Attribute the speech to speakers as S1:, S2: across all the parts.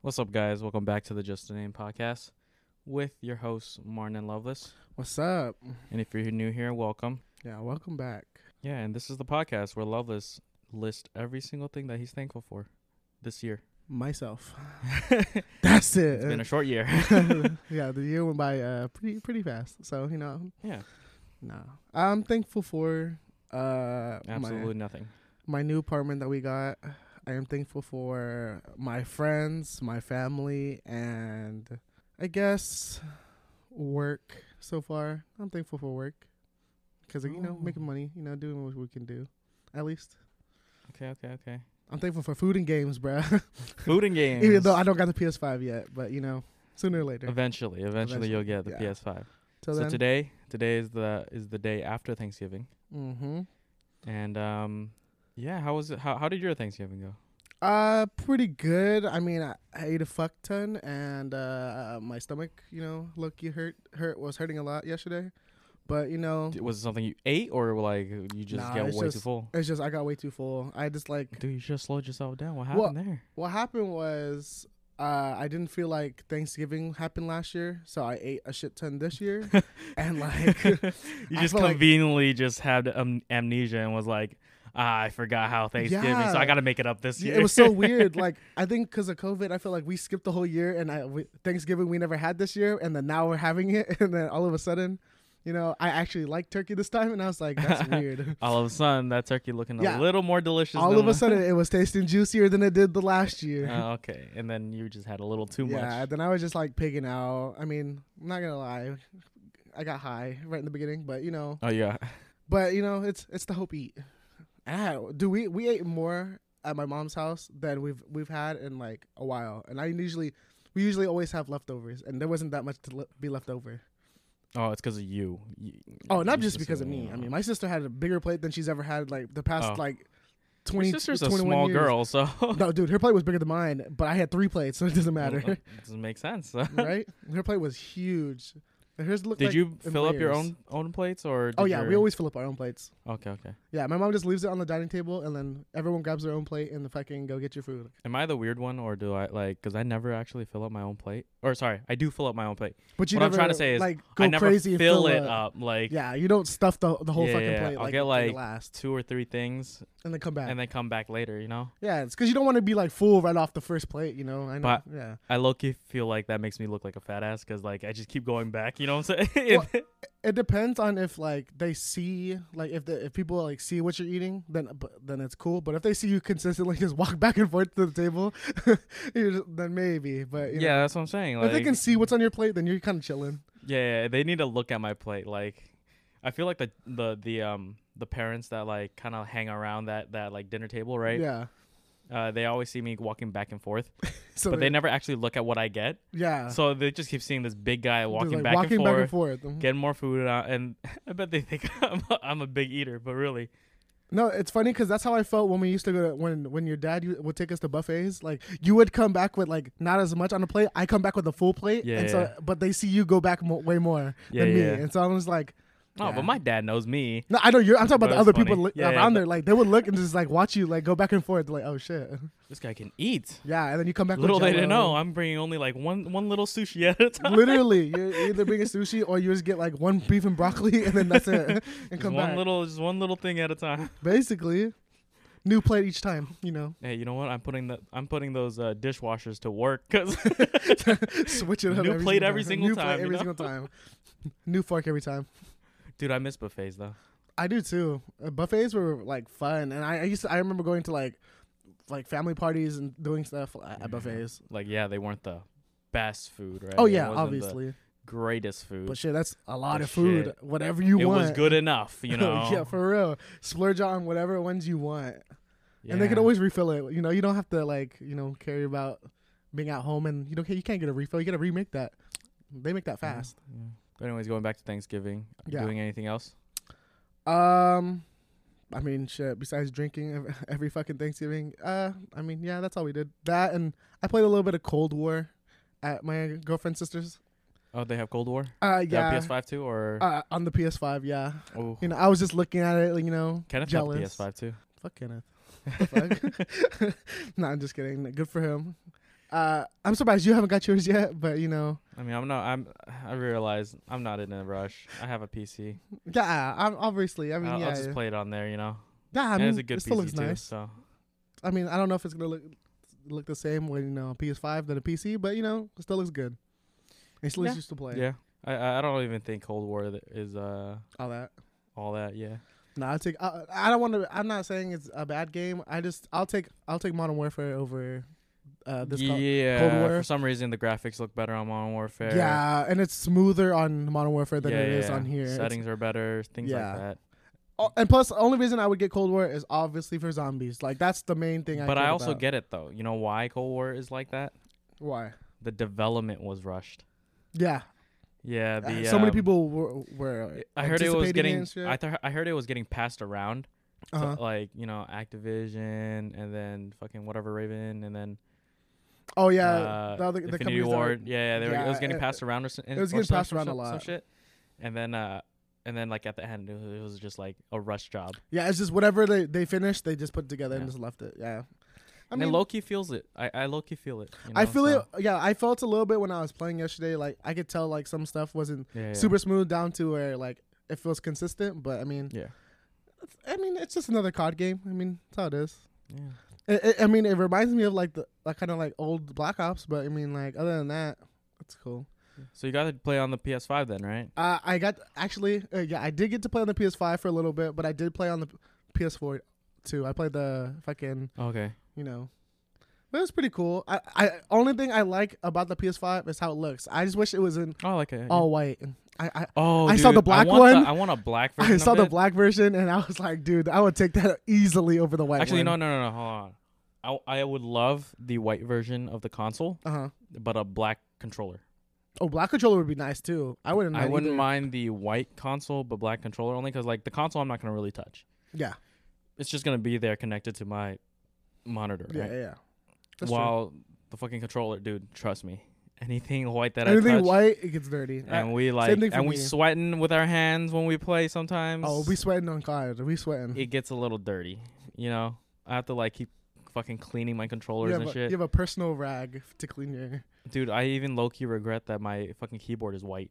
S1: What's up, guys? Welcome back to the Just a Name podcast with your hosts, Martin and Lovelace.
S2: What's up?
S1: And if you're new here, welcome.
S2: Yeah, welcome back.
S1: Yeah, and this is the podcast where Lovelace lists every single thing that he's thankful for this year.
S2: Myself.
S1: it's
S2: That's it.
S1: been a short year.
S2: yeah, the year went by uh, pretty pretty fast. So you know,
S1: yeah,
S2: no, I'm thankful for uh
S1: absolutely nothing.
S2: my my new apartment that we got. I am thankful for my friends, my family, and I guess work so far. I'm thankful for work because you know
S1: Ooh.
S2: making money, you know doing what we can do. At least
S1: Okay, okay, okay.
S2: I'm thankful for food and games, bruh.
S1: Food and games.
S2: Even though I don't got the PS5 yet, but you know, sooner or later.
S1: eventually, eventually,
S2: Eventually,
S1: you'll get the
S2: yeah.
S1: PS5.
S2: Till
S1: so
S2: then,
S1: today, today is the is the day after Thanksgiving,
S2: mm-hmm.
S1: and um, yeah. How was it? How how did your Thanksgiving go?
S2: Uh, pretty good. I mean, I, I ate a fuck ton, and uh, my stomach, you know, look, you hurt, hurt was hurting a lot yesterday, but you know,
S1: D- Was it something you ate, or like you just
S2: Oh. Nah,
S1: get
S2: it's
S1: way too
S2: just-
S1: full?
S2: it's just I got way too full. I just like
S1: Dude, you should have slowed yourself down. What
S2: Well-
S1: happened there?
S2: what happened was. Uh, I didn't feel like Thanksgiving happened last year, so I ate a shit ton this year, and like
S1: you
S2: I
S1: just
S2: feel like-
S1: conveniently just had um, amnesia and was like, ah, I forgot how Thanksgiving, so I
S2: Yeah.
S1: got to make it up this
S2: Yeah,
S1: year.
S2: it was so weird. Like I think because of COVID, I feel like we skipped the whole year, and I we, Thanksgiving we never had this year, and then now we're having it, and then all of a sudden, you know, I actually like turkey this time, and I was like, that's weird.
S1: All of a sudden, that turkey looking
S2: Yeah.
S1: a little more delicious.
S2: all
S1: than
S2: of a sudden, it was tasting juicier than it did the last year.
S1: Oh, okay, and then you just had a little too
S2: yeah,
S1: much.
S2: then I was just like pigging out. I mean, I'm not gonna lie, I got high right in the beginning, but you know,
S1: Oh yeah,
S2: but you know, it's it's the hope eat. And I had, do we we ate more at my mom's house than we've we've had in like a while. And I usually we usually always have leftovers, and there wasn't that much to le- be left over.
S1: oh, it's because of you. You-
S2: Oh, not
S1: you
S2: just because of me. I mean, my sister had a bigger plate than she's ever had like the past
S1: Oh.
S2: like
S1: your
S2: twenty.
S1: sister's a
S2: 21
S1: small
S2: years.
S1: girl, so
S2: No, dude, her plate was bigger than mine, but I had three plates, so it doesn't matter,
S1: Doesn't make sense.
S2: right? Her plate was huge. And hers looked
S1: Did
S2: like
S1: you
S2: in
S1: fill up your
S2: layers.
S1: own own plates or? Did
S2: Oh yeah,
S1: your...
S2: we always fill up our own plates.
S1: Okay, okay.
S2: Yeah, my mom just leaves it on the dining table, and then everyone grabs their own plate and fucking go get your food.
S1: Am I the weird one, or do I like? Because I never actually fill up my own plate. Or sorry, I do fill up my own plate.
S2: But you
S1: What I'm
S2: never,
S1: trying to say is
S2: like go
S1: I never
S2: crazy and
S1: fill,
S2: fill
S1: it
S2: a-
S1: up like
S2: Yeah, you don't stuff the the whole
S1: Yeah,
S2: fucking
S1: yeah,
S2: plate.
S1: I'll
S2: like,
S1: get,
S2: to the
S1: like,
S2: last
S1: two or three things,
S2: and then come back.
S1: and then come back later. You know,
S2: yeah, it's because you don't want to be like full right off the first plate. You know, I know.
S1: But-
S2: yeah,
S1: I low key feel like that makes me look like a fat ass because like I just keep going back. You know what I'm saying?
S2: Well, it depends on if like they see like if the if people like see what you're eating, then but, then it's cool. But if they see you consistently just walk back and forth to the table, you're just, then maybe. But you know,
S1: yeah, that's what I'm saying. Like,
S2: if they can see what's on your plate, then you're kind of chilling.
S1: yeah, yeah, they need to look at my plate. Like, I feel like the the the um the parents that like kind of hang around that that like dinner table, right?
S2: Yeah.
S1: Uh, they always see me walking back and forth,
S2: So
S1: but they never actually look at what I get.
S2: yeah.
S1: So they just keep seeing this big guy
S2: Just,
S1: walking,
S2: like,
S1: back, and
S2: walking back
S1: forth,
S2: and forth. Mhm.
S1: getting more food, out, and I bet they think I'm a, I'm a big eater, but really,
S2: No, it's funny because that's how I felt when we used to go to, when when your dad u- would take us to buffets. Like you would come back with like not as much on the plate. I come back with a full plate.
S1: Yeah,
S2: And so,
S1: yeah.
S2: but they see you go back mo- way more
S1: Yeah,
S2: than me,
S1: yeah.
S2: and so I was like,
S1: oh,
S2: Yeah.
S1: but my dad knows me.
S2: no, I know you're. I'm talking about
S1: But
S2: the other
S1: it's funny.
S2: people li-
S1: Yeah, yeah,
S2: around
S1: but-
S2: there. Like they would look and just like watch you like go back and forth. Like oh shit,
S1: This guy can eat.
S2: yeah. And then you come back.
S1: Little
S2: with
S1: they didn't know,
S2: Jell-O.
S1: I'm bringing only like one one little sushi at a time.
S2: Literally, you're either bringing sushi or you just get like one beef and broccoli, and then that's it, and
S1: Just
S2: come
S1: one
S2: back.
S1: little, just one little thing at a time.
S2: Basically, new plate each time. You know,
S1: Hey, you know what? I'm putting the I'm putting those uh, dishwashers to work because
S2: switch it up.
S1: New
S2: every
S1: plate
S2: single
S1: every
S2: time.
S1: single
S2: new
S1: time,
S2: Plate
S1: you
S2: every
S1: know?
S2: single time. New fork every time.
S1: dude, I miss buffets though.
S2: I do too. Uh, buffets were like fun, and I, I used to. I remember going to like like family parties and doing stuff at,
S1: Yeah.
S2: at buffets.
S1: Like, yeah, they weren't the best food, right?
S2: Oh
S1: It
S2: yeah,
S1: wasn't the
S2: obviously.
S1: greatest food.
S2: But shit, that's a lot
S1: But
S2: of food.
S1: shit,
S2: Whatever you
S1: it
S2: want.
S1: was good enough, you know.
S2: yeah, for real. Splurge on whatever ones you want, and
S1: Yeah.
S2: they can always refill it. You know, you don't have to like you know care about being at home and you know you can't get a refill. You gotta remake that. They make that
S1: Yeah,
S2: fast.
S1: yeah. But anyways, going back to Thanksgiving,
S2: Yeah.
S1: doing anything else?
S2: Um, I mean, shit. Besides drinking ev- every fucking Thanksgiving, uh, I mean, yeah, that's all we did. That and I played a little bit of Cold War at my girlfriend's sister's.
S1: Oh, they have Cold War.
S2: Uh,
S1: They have
S2: yeah,
S1: PS5 too, or
S2: uh, on the PS5, yeah.
S1: oh,
S2: You know, I was just looking at it, like, you know,
S1: Kenneth
S2: jealous.
S1: has PS5 too.
S2: Fuck Kenneth. The fuck? no, I'm just kidding. Good for him. Uh, I'm surprised you haven't got yours yet, but you know,
S1: I mean, I'm not. I'm. I realize I'm not in a rush. I have a PC.
S2: yeah, I'm obviously. I mean,
S1: I'll,
S2: yeah,
S1: I'll just play it on there. You know,
S2: yeah. I
S1: And
S2: mean,
S1: it's a good
S2: it still
S1: PC
S2: looks
S1: too.
S2: nice.
S1: So
S2: I mean, I don't know if it's gonna look look the same when you know on PS5 than a PC, but you know, it still looks good. It still
S1: Yeah.
S2: used to play.
S1: yeah, I- I I don't even think Cold War th- is uh
S2: All that.
S1: all that. Yeah,
S2: No, I'll take. I, I don't want to. I'm not saying it's a bad game. I just I'll take I'll take Modern Warfare over uh, this. Call-
S1: yeah.
S2: War.
S1: For some reason, the graphics look better on Modern Warfare.
S2: yeah, and it's smoother on Modern Warfare than it is on here. It's-
S1: Settings are better, things
S2: Yeah.
S1: like that.
S2: oh, and plus, the only reason I would get Cold War is obviously for zombies. Like that's the main thing. I
S1: But
S2: think
S1: I also
S2: about.
S1: get it though. You know why Cold War is like that?
S2: why.
S1: The development was rushed.
S2: Yeah,
S1: Yeah,
S2: uh,
S1: the
S2: so many
S1: um,
S2: people were. were
S1: I heard it was
S2: anticipating it
S1: getting.
S2: and shit.
S1: I th- I heard it was getting passed around. to,
S2: uh
S1: like you know, Activision, and then fucking whatever Raven, and then
S2: Oh yeah,
S1: uh,
S2: the other the
S1: Infinity
S2: companies that
S1: War.
S2: were-
S1: Yeah, yeah, they were, it was
S2: Yeah,
S1: getting
S2: uh,
S1: passed around or something.
S2: it was getting passed around a
S1: Some
S2: lot.
S1: shit, and then uh, and then like at the end, it was just like a rush job.
S2: Yeah, it's just whatever they they finished, they just put together
S1: Yeah.
S2: and just left it. Yeah,
S1: I mean, and Loki feels it. I I Loki feel it. you
S2: I
S1: know,
S2: feel
S1: so-
S2: it. Yeah, I felt a little bit when I was playing yesterday. Like I could tell like some stuff wasn't
S1: Yeah, yeah.
S2: super smooth down to where like it feels consistent. But I mean,
S1: Yeah.
S2: it's- I mean it's just another card game. I mean that's how it is.
S1: Yeah.
S2: It, it, I mean it reminds me of like the like kind of like old Black Ops. But I mean like other than that, it's cool.
S1: So you got to play on the PS5 then, right?
S2: Uh, I got actually uh, yeah I did get to play on the PS5 for a little bit, but I did play on the PS4 too. I played the fucking
S1: Okay.
S2: you know. But it's pretty cool. I, I only thing I like about the PS5 is how it looks. I just wish it was in
S1: Oh, like a,
S2: all white. I, I,
S1: Oh,
S2: I saw
S1: dude,
S2: the black
S1: want the-
S2: one.
S1: I want a black version.
S2: I saw
S1: of
S2: the
S1: it.
S2: black version and I was like, dude, I would take that easily over the white
S1: Actually, no,
S2: one.
S1: no, no, no. Hold on. I I would love the white version of the console,
S2: no. Uh huh.
S1: but a black controller.
S2: Oh, black controller would be nice too. I wouldn't.
S1: I
S2: mind
S1: wouldn't
S2: either.
S1: mind the white console, but black controller only because like the console, I'm not gonna really touch.
S2: Yeah.
S1: It's just gonna be there connected to my monitor.
S2: Yeah,
S1: right?
S2: yeah. yeah. That's true.
S1: While the fucking controller, dude, trust me, anything white that I
S2: anything
S1: touch,
S2: white, it gets dirty. I-
S1: and we like,
S2: thing for
S1: and we
S2: me.
S1: sweating with our hands when we play sometimes.
S2: oh, we sweating on cards. We sweating.
S1: it gets a little dirty. You know, I have to like keep fucking cleaning my
S2: you,
S1: controllers
S2: have
S1: and
S2: a,
S1: shit.
S2: you have a personal rag to clean your.
S1: Dude, I even low key regret that my fucking keyboard is white.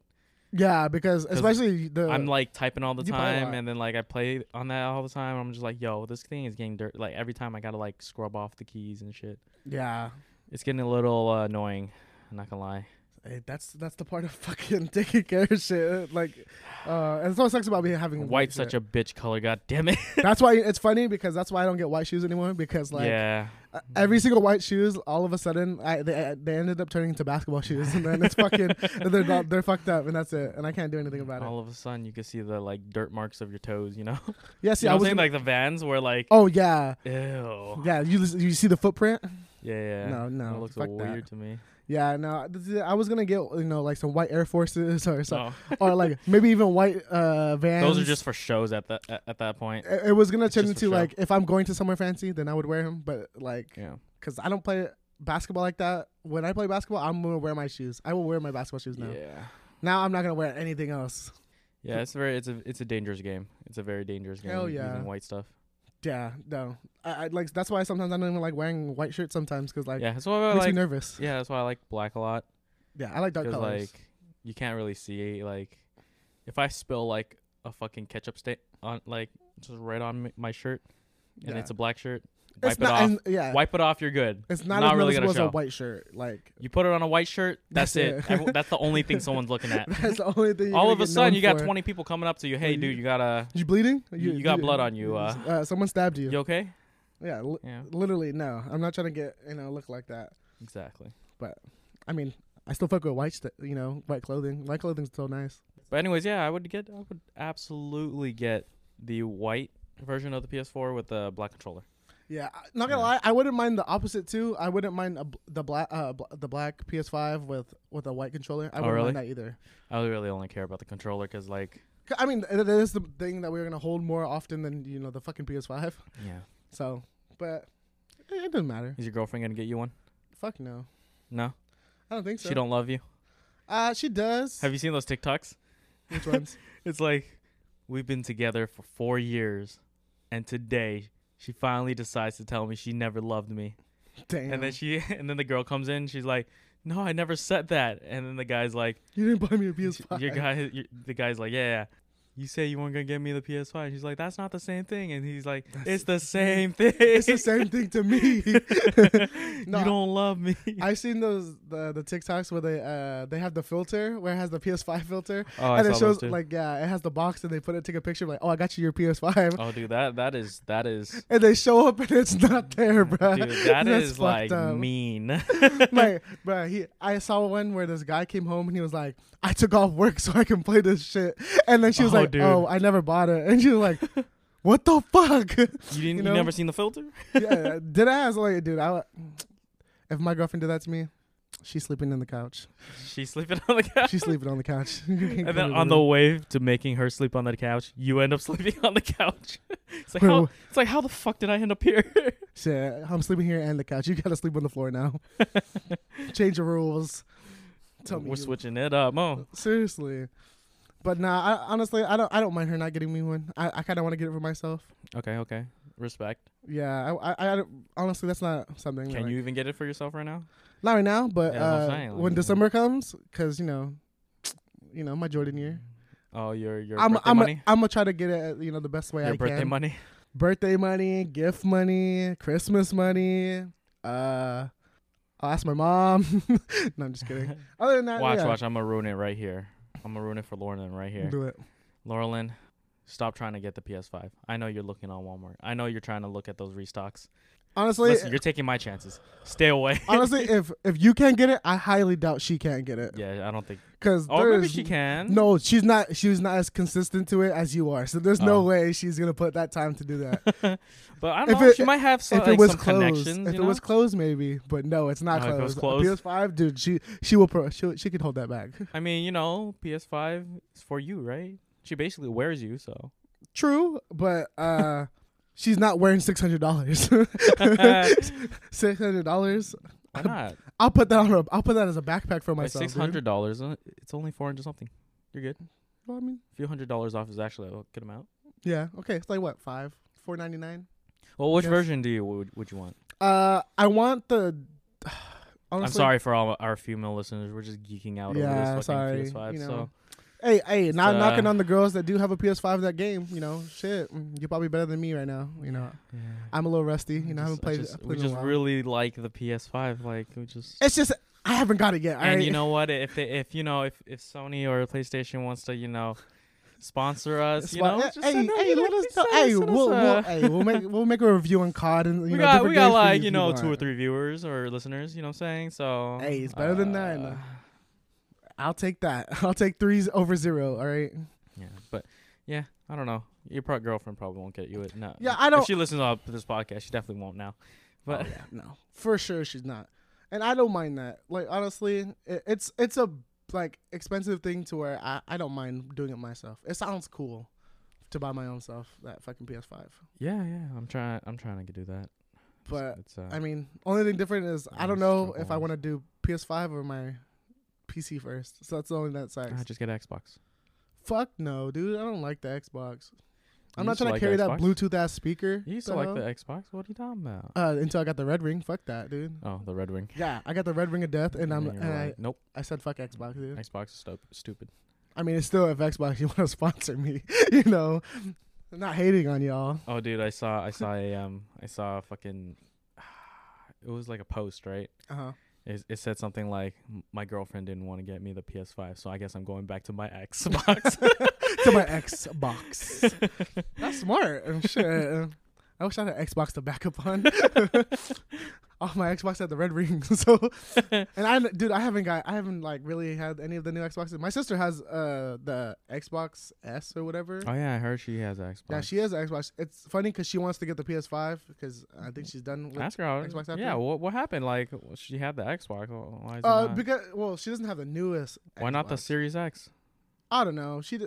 S2: Yeah, because especially the.
S1: I'm like typing all the
S2: you buy a
S1: time,
S2: lot.
S1: and then like I play on that all the time. I'm just like, yo, this thing is getting dirty. Like every time I gotta like scrub off the keys and shit.
S2: yeah,
S1: It's getting a little uh, annoying. I'm not gonna lie.
S2: Hey, that's that's the part of fucking taking care of shit. Like, uh, and that's what sucks about me having
S1: White's such a bitch color. God damn it.
S2: That's why it's funny because that's why I don't get white shoes anymore because like.
S1: yeah.
S2: Uh, every single white shoes, all of a sudden, I, they, uh, they ended up turning into basketball shoes, and then it's fucking they're not, they're fucked up, and that's it, and I can't do anything about it.
S1: All of a sudden, you can see the like dirt marks of your toes. You know.
S2: Yeah, see,
S1: you know what
S2: I
S1: I'm
S2: was
S1: saying like the Vans were like.
S2: oh yeah,
S1: Ew.
S2: yeah, you lis- you see the footprint?
S1: Yeah, yeah.
S2: No,
S1: It
S2: no,
S1: looks
S2: fuck that.
S1: weird to me.
S2: Yeah, no, this is- I was gonna get you know like some white Air Forces or something,
S1: No,
S2: or like maybe even white uh Vans.
S1: Oh.
S2: Eh.
S1: those are just for shows at that at, at that point.
S2: It, it was gonna
S1: it's
S2: turn
S1: just for
S2: into
S1: show.
S2: like if I'm going to somewhere fancy, then I would wear them, but like
S1: Yeah.
S2: because I don't play basketball like that. When I play basketball, I'm gonna wear my shoes. I will wear my basketball shoes now.
S1: Yeah.
S2: Now I'm not gonna wear anything else.
S1: Yeah, it's very it's a it's a dangerous game. It's a very dangerous game.
S2: Hell yeah.
S1: Using white stuff.
S2: Yeah, no. I, I like that's why sometimes I don't even like wearing white shirts sometimes because like
S1: yeah, that's why I
S2: it makes
S1: like.
S2: me nervous.
S1: Yeah, that's why I like black a lot
S2: Yeah, I like dark
S1: because
S2: colors.
S1: like you can't really see like if I spill like a fucking ketchup stain on like just right on m- my shirt and
S2: Yeah.
S1: it's a black shirt,
S2: It's
S1: wipe it
S2: not-
S1: off.
S2: and- yeah,
S1: Wipe it off. You're good.
S2: it's not,
S1: not
S2: as
S1: really gonna
S2: noticeable as a
S1: show.
S2: white shirt. Like
S1: You put it on a white shirt. That's,
S2: That's
S1: it.
S2: it.
S1: Everyone- that's the only thing someone's looking at.
S2: that's the only thing. You're
S1: All
S2: gonna
S1: of a
S2: get
S1: sudden,
S2: known
S1: you got
S2: for.
S1: 20 people coming up to you. Hey,
S2: you-
S1: dude, you gotta.
S2: You bleeding?
S1: you- you got blood on you, uh.
S2: someone stabbed you.
S1: You okay?
S2: Yeah, li-
S1: Yeah.
S2: literally. No, I'm not trying to get you know look like that.
S1: Exactly.
S2: I mean, I still fuck with white, st- you know, white clothing. White clothing's so nice.
S1: But anyways, yeah, I would get I would absolutely get the white version of the PS4 with the black controller.
S2: Yeah, I- not gonna
S1: Yeah.
S2: lie, I wouldn't mind the opposite too. I wouldn't mind a, bl- the black, uh, bl- the black PS5 with with a white controller. I
S1: Oh,
S2: wouldn't
S1: really?
S2: mind that either.
S1: I would really only care about the controller because like
S2: 'Cause, I mean, th- that is the thing that we're gonna hold more often than you know the fucking PS5.
S1: yeah,
S2: So, but it, it doesn't matter.
S1: is your girlfriend gonna get you one?
S2: Fuck no,
S1: No,
S2: I don't think so.
S1: she don't love you.
S2: Uh, she does.
S1: Have you seen those TikToks?
S2: Which ones?
S1: It's like we've been together for four years, and today she finally decides to tell me she never loved me.
S2: Damn.
S1: And then she and then the girl comes in. She's like, "No, I never said that." And then the guy's like,
S2: you didn't buy me a PS5.
S1: "Your guy, your, the guy's like, yeah." You say you weren't gonna get me the PS5. She's like, that's not the same thing, and he's like,
S2: That's-
S1: it's the same thing.
S2: It's the same thing to me. No.
S1: you don't love me.
S2: I've seen those the, the TikToks where they uh they have the filter where it has the PS5 filter
S1: oh,
S2: and
S1: saw
S2: it
S1: those
S2: shows
S1: too.
S2: like yeah it has the box and they put it take a picture like oh I got you your PS5
S1: oh, dude, that that is that is,
S2: and they show up and it's not there, bro.
S1: dude, that
S2: That's
S1: is
S2: fucked
S1: like
S2: up.
S1: mean.
S2: like, bro, he. I saw one where this guy came home and he was like, "I took off work so I can play this shit," and then she was
S1: Oh,
S2: like,
S1: dude.
S2: "Oh, I never bought it," and she was like, "What the fuck?"
S1: You didn't. You,
S2: know?
S1: never seen the filter?
S2: yeah, did I ask like, dude? I, if my girlfriend did that to me, she's sleeping in the couch.
S1: She's sleeping on the couch.
S2: She's sleeping on the couch. You can't
S1: and
S2: come
S1: then
S2: in
S1: on the
S2: room.
S1: way to making her sleep on the couch, you end up sleeping on the couch. it's like
S2: Wait,
S1: how,
S2: wh-
S1: it's like how the fuck did I end up here?
S2: shit, I'm sleeping here and the couch. You gotta sleep on the floor now. Change the rules. Tell me
S1: We're
S2: you-
S1: switching it up. Oh,
S2: Seriously. But nah, I, honestly, I don't. I don't mind her not getting me one. I, I kind of want to get it for myself.
S1: okay, okay. Respect.
S2: Yeah, I, I, I don't- honestly, that's not something. that,
S1: Can
S2: like-
S1: you even get it for yourself right now?
S2: Not right now, but
S1: Yeah, that's
S2: uh,
S1: what I'm saying,
S2: when
S1: like-
S2: December comes, because you know, you know, my Jordan year.
S1: Oh, your your
S2: I'm,
S1: birthday
S2: I'm, a,
S1: money.
S2: I'm gonna try to get it, you know, the best way
S1: your
S2: I
S1: birthday
S2: can.
S1: money.
S2: birthday money, gift money, Christmas money. Uh, I'll ask my mom. no, I'm just kidding. Other than that,
S1: watch,
S2: yeah,
S1: watch. I'm gonna ruin it right here. I'm gonna ruin it for Lauren right here.
S2: do it.
S1: Laurelyn, stop trying to get the PS5. I know you're looking on Walmart. I know you're trying to look at those restocks.
S2: Honestly,
S1: Listen, you're taking my chances. Stay away.
S2: honestly, if if you can't get it, I highly doubt she can't get it.
S1: yeah, I don't think.
S2: Because
S1: Oh, maybe she can.
S2: No, she's not. She was not as consistent to it as you are. So there's no
S1: Oh.
S2: way she's gonna put that time to do that.
S1: But I don't
S2: If
S1: know.
S2: it-
S1: she might have some,
S2: if it
S1: like,
S2: was
S1: some
S2: closed,
S1: connections.
S2: if
S1: you
S2: it
S1: know?
S2: was closed, maybe. But no, it's not
S1: Oh, if it was
S2: closed. A
S1: closed?
S2: PS5, dude, she she will pro, she she could hold that back.
S1: I mean, you know, PS5 is for you, right? She basically wears you, so.
S2: True, but uh, she's not wearing six hundred dollars.
S1: Why
S2: six hundred dollars.
S1: not?
S2: I'll put that on her. I'll put that as a backpack for
S1: Like
S2: myself.
S1: six hundred dollars, uh, it's only four hundred something. You're good. A
S2: Well, I mean,
S1: few hundred dollars off is actually a good amount.
S2: yeah. Okay, it's like what five four ninety nine.
S1: Well, which
S2: Yes.
S1: version do you would, would you want?
S2: Uh, I want the. Honestly,
S1: I'm sorry for all our female listeners. We're just geeking out
S2: Yeah,
S1: over this
S2: sorry,
S1: fucking PS5.
S2: you know.
S1: So
S2: Hey, hey, not
S1: uh,
S2: knocking on the girls that do have a PS5 that game. You know, shit, mm, you're probably better than me right now. You know, I'm a little rusty. You know, I haven't
S1: Just-
S2: played.
S1: just-
S2: played
S1: we
S2: in a
S1: just
S2: while.
S1: really like the PS5. Like we just.
S2: It's just I haven't got it yet.
S1: and
S2: alright?
S1: you know what? If they, if you know if if Sony or PlayStation wants to, you know, sponsor us,
S2: It's
S1: you
S2: why-
S1: know,
S2: yeah,
S1: just
S2: eh, hey,
S1: send
S2: hey,
S1: you know,
S2: let us
S1: just
S2: know.
S1: send-
S2: Hey,
S1: send us
S2: we'll, we'll,
S1: a-
S2: hey, we'll make we'll make a review on COD and you
S1: we
S2: know
S1: got
S2: different
S1: we got
S2: games for
S1: like
S2: if
S1: you know two or
S2: want.
S1: three viewers or listeners. You know, what I'm saying so.
S2: Hey, it's better than none.
S1: uh,
S2: I'll take that. I'll take threes over zero. All right.
S1: Yeah, but yeah, I don't know. Your pro- girlfriend probably won't get you it. No.
S2: Yeah, I
S1: If
S2: don't-
S1: she listens to this podcast, she definitely won't now. But
S2: oh, yeah, no, for sure she's not, and I don't mind that. Like honestly, it, it's it's a like expensive thing to where I I don't mind doing it myself. It sounds cool to buy my own self that fucking PS5.
S1: yeah, yeah, I'm trying. I'm trying to do that. It's-
S2: But,
S1: it's, uh,
S2: I mean, only thing different is I
S1: I'm
S2: don't know if
S1: struggling.
S2: I want to do PS5 or my PC first. So that's the only that sucks.
S1: ah, just get an Xbox.
S2: Fuck no, dude. I don't like the Xbox. I'm
S1: You
S2: not
S1: used to
S2: trying to
S1: like the
S2: carry
S1: Xbox?
S2: that Bluetooth ass speaker.
S1: You used
S2: The
S1: to like
S2: hell?
S1: the Xbox. What are you talking about?
S2: uh, until I got the red ring. Fuck that, dude.
S1: Oh, the Red Wing.
S2: Yeah, I got the red ring of death, and I'm
S1: then
S2: and
S1: you're
S2: I,
S1: like, nope.
S2: I said fuck Xbox, dude.
S1: Xbox is stu- stupid.
S2: I mean, it's still if Xbox you want to sponsor me, you know. I'm not hating on y'all.
S1: Oh, dude, I saw I saw a um I saw a fucking it was like a post right.
S2: Uh huh.
S1: It, it said something like "M- my girlfriend didn't want to get me the PS5, so I guess I'm going back to my Xbox.
S2: To my Xbox. That's smart. Oh, I'm sure. I wish I had an Xbox to back up on. All my Xbox had the red ring, so and I, dude, I haven't got, I haven't like really had any of the new Xboxes. My sister has uh the Xbox S or whatever.
S1: oh yeah, I heard she has an Xbox.
S2: Yeah, she has an Xbox. It's funny because she wants to get the PS5 because I think she's done with.
S1: Ask her how,
S2: Xbox after
S1: Yeah,
S2: you?
S1: what what happened? Like w- she had the Xbox. wh- Why, is it
S2: Uh,
S1: not-
S2: because well, she doesn't have the newest.
S1: why not the
S2: Xbox.
S1: Series X?
S2: I don't know. She d-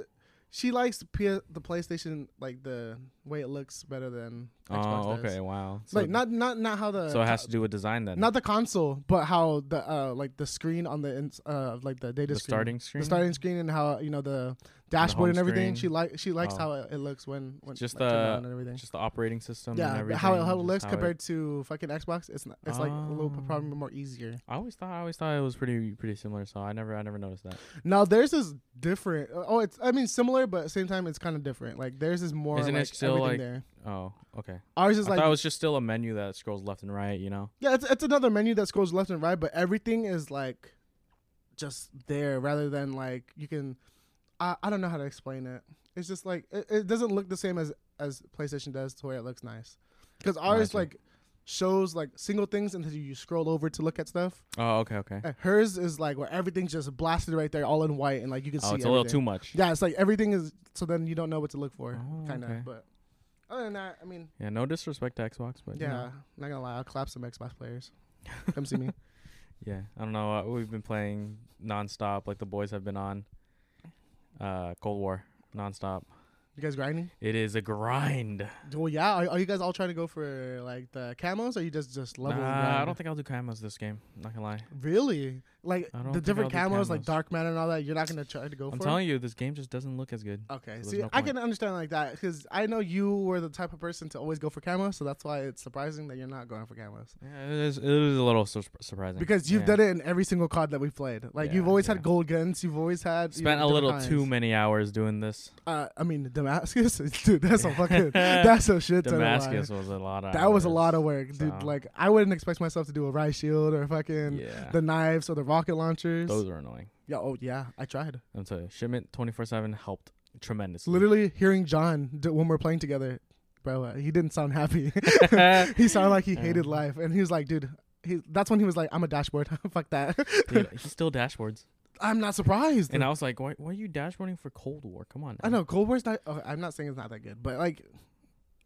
S2: she likes P- the PlayStation like the way it looks better than Xbox
S1: Oh,
S2: does.
S1: okay, wow. So,
S2: like not not not how the
S1: so it has to do with design then.
S2: not the console, but how the uh like the screen on the ins- uh like the data
S1: the
S2: screen.
S1: starting screen.
S2: the starting screen and how you know the dashboard and
S1: home
S2: everything. She
S1: screen.
S2: like she likes
S1: Oh.
S2: how it it looks when when
S1: Just
S2: like, turned
S1: the-
S2: on and everything.
S1: Just the operating system.
S2: yeah,
S1: and
S2: but
S1: everything,
S2: how it, how it
S1: just
S2: looks
S1: how it-
S2: compared to fucking Xbox, it's not, it's like a little
S1: Oh.
S2: probably more easier.
S1: I always thought I always thought it was pretty pretty similar. So I never I never noticed that. Is
S2: Now theirs is different. Oh, it's I mean similar, but at the same time it's kind of different. Like theirs is more
S1: Isn't it
S2: like
S1: still,
S2: everything
S1: like-
S2: there.
S1: Oh, okay.
S2: Ours
S1: I
S2: is like
S1: thought it was just still a menu that scrolls left and right. You know.
S2: yeah, it's it's another menu that scrolls left and right, but everything is like just there rather than like you can. I I don't know how to explain it. It's just like it, it doesn't look the same as as PlayStation does to where it looks nice, because ours
S1: see.
S2: like shows like single things until you scroll over to look at stuff.
S1: Oh, okay, okay.
S2: Uh, Hers is like where everything's just blasted right there, all in white, and like you can see.
S1: Oh, it's a little
S2: everything.
S1: too much.
S2: Yeah, it's like everything is. So then you don't know what to look for,
S1: Oh,
S2: kind of.
S1: okay.
S2: But other than that, I mean,
S1: Yeah, no disrespect to Xbox, but you
S2: yeah,
S1: know.
S2: not gonna lie, I'll clap some Xbox players. Come see me.
S1: yeah. I don't know. Uh, we've been playing nonstop. Like the boys have been on. Uh, Cold War nonstop.
S2: You guys grinding?
S1: It is a grind.
S2: Well, yeah. Are, are you guys all trying to go for like the camos, or you just just level?
S1: Nah,
S2: grind?
S1: I don't think I'll do kaimas this game. Not gonna lie.
S2: Really, like
S1: I don't
S2: the
S1: think
S2: different
S1: I'll do
S2: camos, like
S1: camos.
S2: dark matter and all that. You're not gonna try to go
S1: I'm
S2: for.
S1: telling you, this game just doesn't look as good. so
S2: Okay,
S1: there's
S2: see,
S1: no
S2: I
S1: point.
S2: can understand like that because I know you were the type of person to always go for camos, so that's why it's surprising that you're not going for camos.
S1: Yeah, it is. It is a little sur- surprising
S2: Because you've
S1: Yeah.
S2: done it in every single card that we played. Like you've
S1: Yeah,
S2: always
S1: yeah.
S2: had gold guns. You've always had you know,
S1: Spent a
S2: different
S1: little
S2: kinds.
S1: too many hours doing this.
S2: Uh, I mean, Damascus, dude. That's a fucking. that's a shit. ton of lie.
S1: Damascus was a lot of.
S2: That was a
S1: hours,
S2: lot of work, dude.
S1: so-
S2: Like I wouldn't expect myself to do a rice shield or fucking
S1: Yeah,
S2: the knives or the rocket launchers.
S1: those are annoying.
S2: Yeah. Oh yeah. I tried.
S1: I'm telling you, shipment 24/7 helped tremendously.
S2: Literally hearing John d- when we're playing together, bro. uh, He didn't sound happy. he sounded like he hated
S1: Yeah.
S2: life, and he was like, dude. He, that's when he was like, "I'm a dashboard. Fuck that.
S1: Dude, he still dashboards,
S2: I'm not surprised."
S1: and I was like, "Why? Why are you dashboarding for Cold War? Come on,
S2: I
S1: now.
S2: know Cold War's not. oh, I'm not saying it's not that good, but like,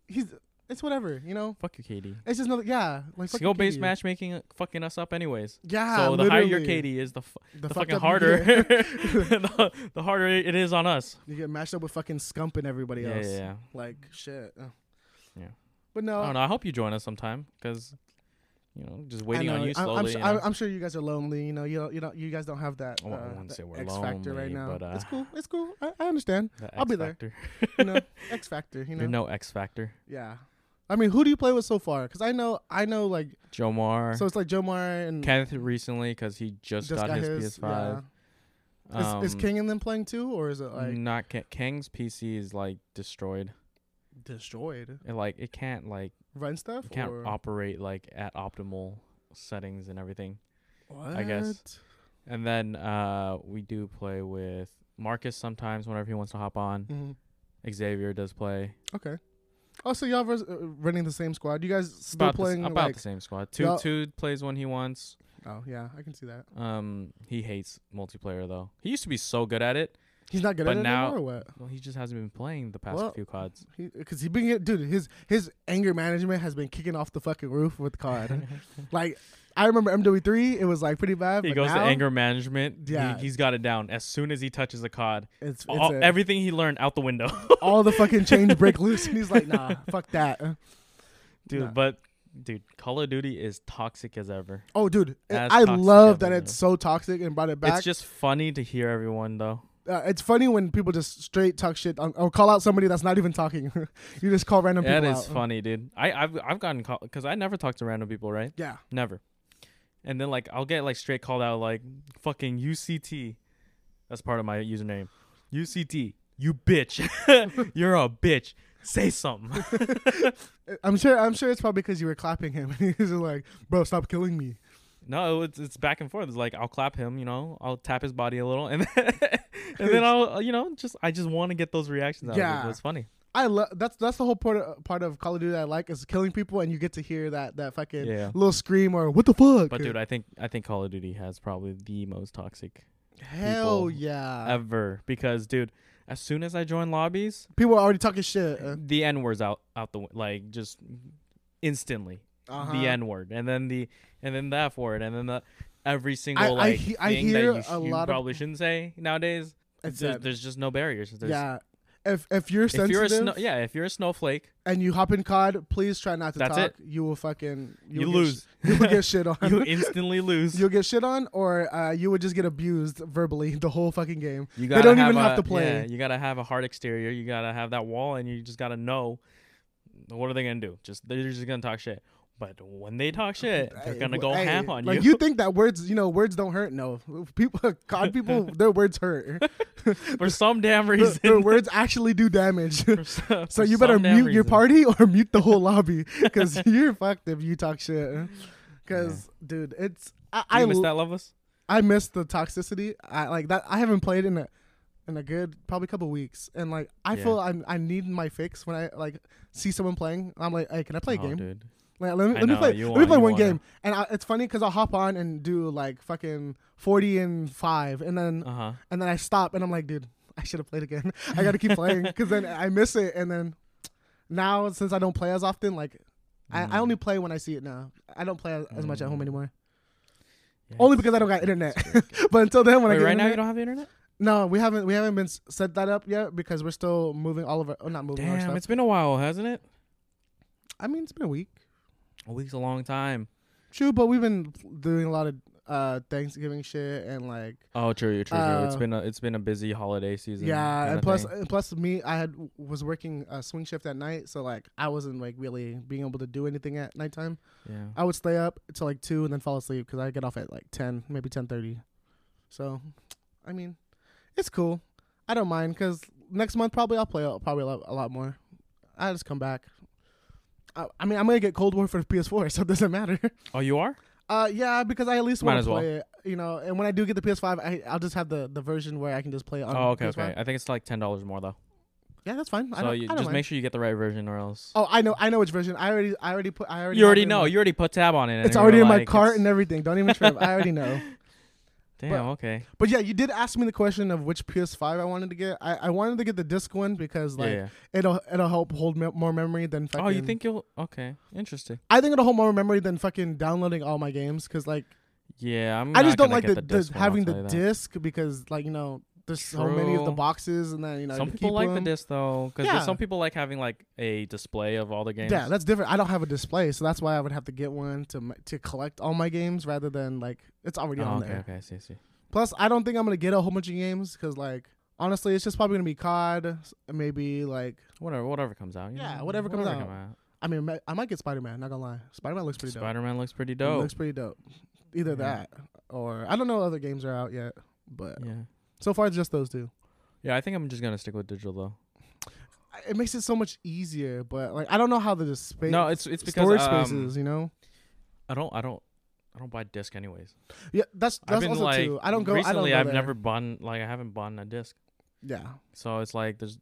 S2: he's it's whatever, you know.
S1: Fuck you, Katie.
S2: It's just another yeah, like fucking
S1: Skill based
S2: Katie.
S1: matchmaking uh, fucking us up anyways.
S2: Yeah,
S1: so the higher your
S2: Ah, literally.
S1: Katie is, the, f- the,
S2: fucked
S1: fucking
S2: up you
S1: harder,
S2: get.
S1: the, the harder it is on us.
S2: You get matched up with fucking Scump and everybody
S1: Yeah,
S2: else. Oh.
S1: yeah, yeah.
S2: Like shit. Ugh.
S1: Yeah.
S2: But no,
S1: I don't know. I hope you join us sometime because, you know, just
S2: I
S1: waiting
S2: know.
S1: on you
S2: I'm- I'm,
S1: slowly.
S2: su-
S1: you
S2: I'm,
S1: know.
S2: I'm sure you guys are lonely. You know, you don't, you don't, you guys don't have that,
S1: I
S2: uh,
S1: won't- I wouldn't
S2: that
S1: say we're
S2: X factor right
S1: lonely,
S2: now.
S1: but, uh,
S2: it's cool. It's cool. I, I understand.
S1: The
S2: I'll
S1: X
S2: be there.
S1: Factor.
S2: You know, X factor. You know.
S1: You're no X Factor.
S2: Yeah. I mean, who do you play with so far? Because I know, I know, like,
S1: Jomar.
S2: so it's like Jomar and
S1: Kenneth recently because he just, got, his, PS5.
S2: yeah. Is,
S1: Um, Mm.
S2: is King and them playing too, or is it like
S1: not Ke- Kang's PC is like destroyed.
S2: destroyed?
S1: It like it can't like
S2: Run stuff.
S1: it can't
S2: or
S1: operate like at optimal settings and everything.
S2: what?
S1: guess. And then uh we do play with Marcus sometimes whenever he wants to hop on.
S2: Mhm.
S1: Xavier does play.
S2: Okay. Oh, so y'all vers- uh, running the same squad. You guys still
S1: about
S2: playing
S1: the, s- about
S2: like?
S1: the same squad. Two
S2: y'all-
S1: two plays when he wants.
S2: Oh yeah, I can see that.
S1: Um he hates multiplayer though. He used to be so good at it.
S2: He's not good
S1: But
S2: at it
S1: now-
S2: anymore, or what?
S1: Well, he just hasn't been playing the past
S2: Well,
S1: few CODs.
S2: Because he, been get- dude, his his anger management has been kicking off the fucking roof with COD. like I remember MW3, it was like pretty bad.
S1: He
S2: but
S1: goes
S2: now,
S1: to anger management.
S2: Yeah.
S1: he, has got it down. As soon as he touches a COD,
S2: It's, it's
S1: all,
S2: a-
S1: everything he learned out the window.
S2: all the fucking chains break loose, and he's like, nah, fuck that,
S1: dude,
S2: Nah.
S1: but dude, Call of Duty is toxic as ever.
S2: Oh, dude, it-
S1: As
S2: I
S1: toxic
S2: love
S1: as
S2: that
S1: it
S2: it's
S1: is.
S2: so toxic and brought it back.
S1: It's just funny to hear everyone though.
S2: uh, it's funny when people just straight talk shit on, or call out somebody that's not even talking. you just call random
S1: That
S2: people
S1: is
S2: out.
S1: funny, dude. I I've I've gotten called because I never talk to random people, right?
S2: Yeah,
S1: Never. And then like I'll get like straight called out like fucking UCT. That's part of my username. UCT. You bitch. You're a bitch. Say something.
S2: I'm sure. I'm sure it's probably because you were clapping him, and he's just like, "Bro, stop killing me."
S1: No, it's it's back and forth. It's like I'll clap him, you know, I'll tap his body a little, and then, and then I'll uh, you know just I just want to get those reactions out. of
S2: Yeah.
S1: people. it's funny.
S2: I love that's that's the whole part of, part of Call of Duty that I like is killing people, and you get to hear that that fucking
S1: Yeah.
S2: little scream or "What the fuck?"
S1: But dude, I think I think Call of Duty has probably the most toxic
S2: hell
S1: people
S2: yeah,
S1: ever because dude, as soon as I join lobbies,
S2: people are already talking shit. Uh,
S1: the N word's out out the wi- like just instantly
S2: uh-huh.
S1: the N word, and then the and then the F word, and then the every single
S2: I- I
S1: like
S2: he-
S1: thing
S2: I
S1: that
S2: hear
S1: you, sh-
S2: a
S1: you
S2: lot of-
S1: probably shouldn't say nowadays.
S2: It's
S1: There's,
S2: that-
S1: there's just no barriers. There's,
S2: yeah, if if you're
S1: If
S2: sensitive
S1: you're a snow, yeah, if you're a snowflake,
S2: and you hop in COD, please try not to
S1: That's
S2: talk. You will fucking
S1: you,
S2: will get
S1: lose.
S2: sh- you will get shit on.
S1: you instantly lose.
S2: You'll get shit on, or uh, you would just get abused verbally the whole fucking game.
S1: You
S2: They don't even have
S1: a-
S2: to play.
S1: yeah, you gotta have a hard exterior. You gotta have that wall, and you just gotta know what are they gonna do. Just they're just gonna talk shit. But when they talk shit, they're
S2: Hey,
S1: gonna
S2: wh-
S1: go
S2: hey,
S1: ham on
S2: like
S1: you.
S2: you think that words, you know, words don't hurt? No, people, COD people, their words hurt.
S1: for some damn
S2: Their-
S1: reason.
S2: their words actually do damage.
S1: For so-
S2: So
S1: for
S2: you better
S1: some damn
S2: mute your
S1: reason.
S2: party or mute the whole lobby because you're fucked if you talk shit. Because dude, it's I
S1: You
S2: I,
S1: miss
S2: l-
S1: that Lovelace?
S2: I miss the toxicity. I like that. I haven't played in a in a good probably couple weeks, and like I
S1: Yeah.
S2: feel I I need my fix when I like see someone playing. I'm like, hey, can I play a
S1: Oh,
S2: game?
S1: dude.
S2: Like, let me,
S1: I
S2: let me
S1: know,
S2: play.
S1: you
S2: Let me
S1: wanna-
S2: play
S1: you
S2: one
S1: wanna.
S2: game, and I, it's funny because I'll hop on and do like fucking forty and five, and then
S1: Uh huh.
S2: and then I stop, and I'm like, dude, I should have played again. I got to keep playing because then I miss it, and then now since I don't play as often, like
S1: Mm-hmm.
S2: I, I only play when I see it now. I don't play as, as much at home
S1: Mm.
S2: anymore, only because I don't got internet. but until then, when I
S1: Wait,
S2: get
S1: right now you
S2: internet-
S1: don't have internet?
S2: no, we haven't we haven't been s- set that up yet because we're still moving all of our, oh, not moving all our
S1: Damn,
S2: stuff.
S1: it's been a while, hasn't it?
S2: I mean, it's been a week,
S1: A week's a long time.
S2: true, but we've been doing a lot of uh Thanksgiving shit and like.
S1: Oh, true, true, true. it's
S2: Uh,
S1: been a, it's been a busy holiday season.
S2: Yeah,
S1: kinda
S2: and plus,
S1: thing.
S2: and plus, me, I had was working a swing shift at night, so like I wasn't like really being able to do anything at nighttime.
S1: yeah.
S2: I would stay up till like two and then fall asleep because I get off at like ten, maybe ten thirty. So, I mean, it's cool. I don't mind because next month probably I'll play a- probably a lot, a lot more. I just come back. I, I mean, I'm gonna get Cold War for the PS4, so it doesn't matter.
S1: Oh, you are?
S2: Uh, yeah, because I at least
S1: Might
S2: want
S1: as
S2: to
S1: well.
S2: play it, you know. And when I do get the PS5, I I'll just have the the version where I can just play it on.
S1: Oh, okay,
S2: PS5.
S1: okay. I think it's like ten dollars more though.
S2: Yeah, that's fine. Um, I
S1: So
S2: don't,
S1: you
S2: I don't
S1: just
S2: mind.
S1: make sure you get the right version, or else.
S2: Oh, I know, I know which version. I already, I already put, I already.
S1: you
S2: have
S1: already
S2: it in
S1: know.
S2: my-
S1: You already put tab on it.
S2: it's
S1: and you were
S2: already in my
S1: like,
S2: cart
S1: it's-
S2: and everything. Don't even trip. I already know.
S1: Damn.
S2: But-
S1: okay.
S2: But yeah, you did ask me the question of which PS5 I wanted to get. I, I wanted to get the disc one because like
S1: yeah. yeah.
S2: it'll it'll help hold me- more memory than fucking.
S1: Oh, you think you'll? Okay. Interesting.
S2: I think it'll hold more memory than fucking downloading all my games because like
S1: Yeah. I'm.
S2: I just
S1: not
S2: don't
S1: gonna
S2: like
S1: get
S2: the, the,
S1: disc one, I'll
S2: having
S1: tell
S2: the
S1: you that.
S2: disc because like you know there's so many of the
S1: True.
S2: boxes and then you know
S1: Some
S2: you
S1: people
S2: keep
S1: like the
S2: them.
S1: disc though, because
S2: Yeah.
S1: some people like having like a display of all the games.
S2: Yeah, that's different. I don't have a display, so that's why I would have to get one to m- to collect all my games rather than like it's already
S1: oh,
S2: on
S1: okay.
S2: there.
S1: Okay. I see. I see.
S2: Plus, I don't think I'm gonna get a whole bunch of games because, like, honestly, it's just probably gonna be COD, s- maybe like
S1: Whatever. Whatever comes out. you
S2: Yeah,
S1: know,
S2: whatever comes out.
S1: come out.
S2: I mean, ma- I might get Spider Man. Not gonna lie, Spider Man looks pretty dope.
S1: Spider Man looks pretty
S2: It
S1: dope.
S2: looks pretty dope. Either
S1: Yeah.
S2: that or I don't know other games are out yet, but
S1: yeah.
S2: so far it's just those two.
S1: Yeah. I think I'm just gonna stick with digital though.
S2: I- It makes it so much easier, but like I don't know how the dis- space
S1: No, it's it's because
S2: storage
S1: um,
S2: spaces, you know.
S1: I don't. I don't. I don't buy disc anyways.
S2: Yeah, that's
S1: I've
S2: that's
S1: been
S2: also
S1: like
S2: too. I don't go. I don't
S1: recently.
S2: go
S1: I've
S2: there.
S1: never bought like I haven't bought a disc,
S2: Yeah.
S1: so it's like there's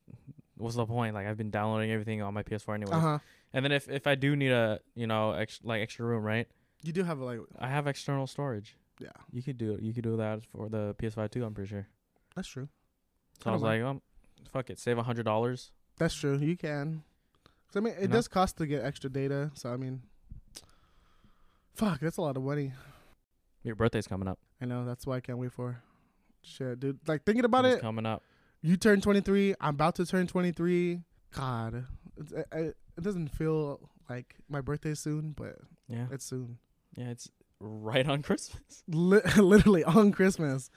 S1: what's the point? Like I've been downloading everything on my PS4 anyway.
S2: Uh huh.
S1: And then if if I do need a you know ex- like extra room, right?
S2: You do have like
S1: I have external storage.
S2: Yeah.
S1: you could do you could do that for the PS5 too. I'm pretty sure.
S2: that's true.
S1: So I,
S2: I
S1: was
S2: don't
S1: like, um, fuck it, save a hundred dollars.
S2: That's true. You can. 'Cause, I mean, it
S1: You know?
S2: does cost to get extra data. So I mean, fuck, that's a lot of money.
S1: Your birthday's coming up.
S2: I know. That's why I can't wait for. Shit, dude. Like thinking about
S1: It's
S2: it,
S1: coming up.
S2: you turn 23. I'm about to turn 23. God, it's, I, I, it doesn't feel like my birthday soon, but
S1: Yeah,
S2: it's soon.
S1: yeah, it's right on Christmas.
S2: Li- literally on Christmas.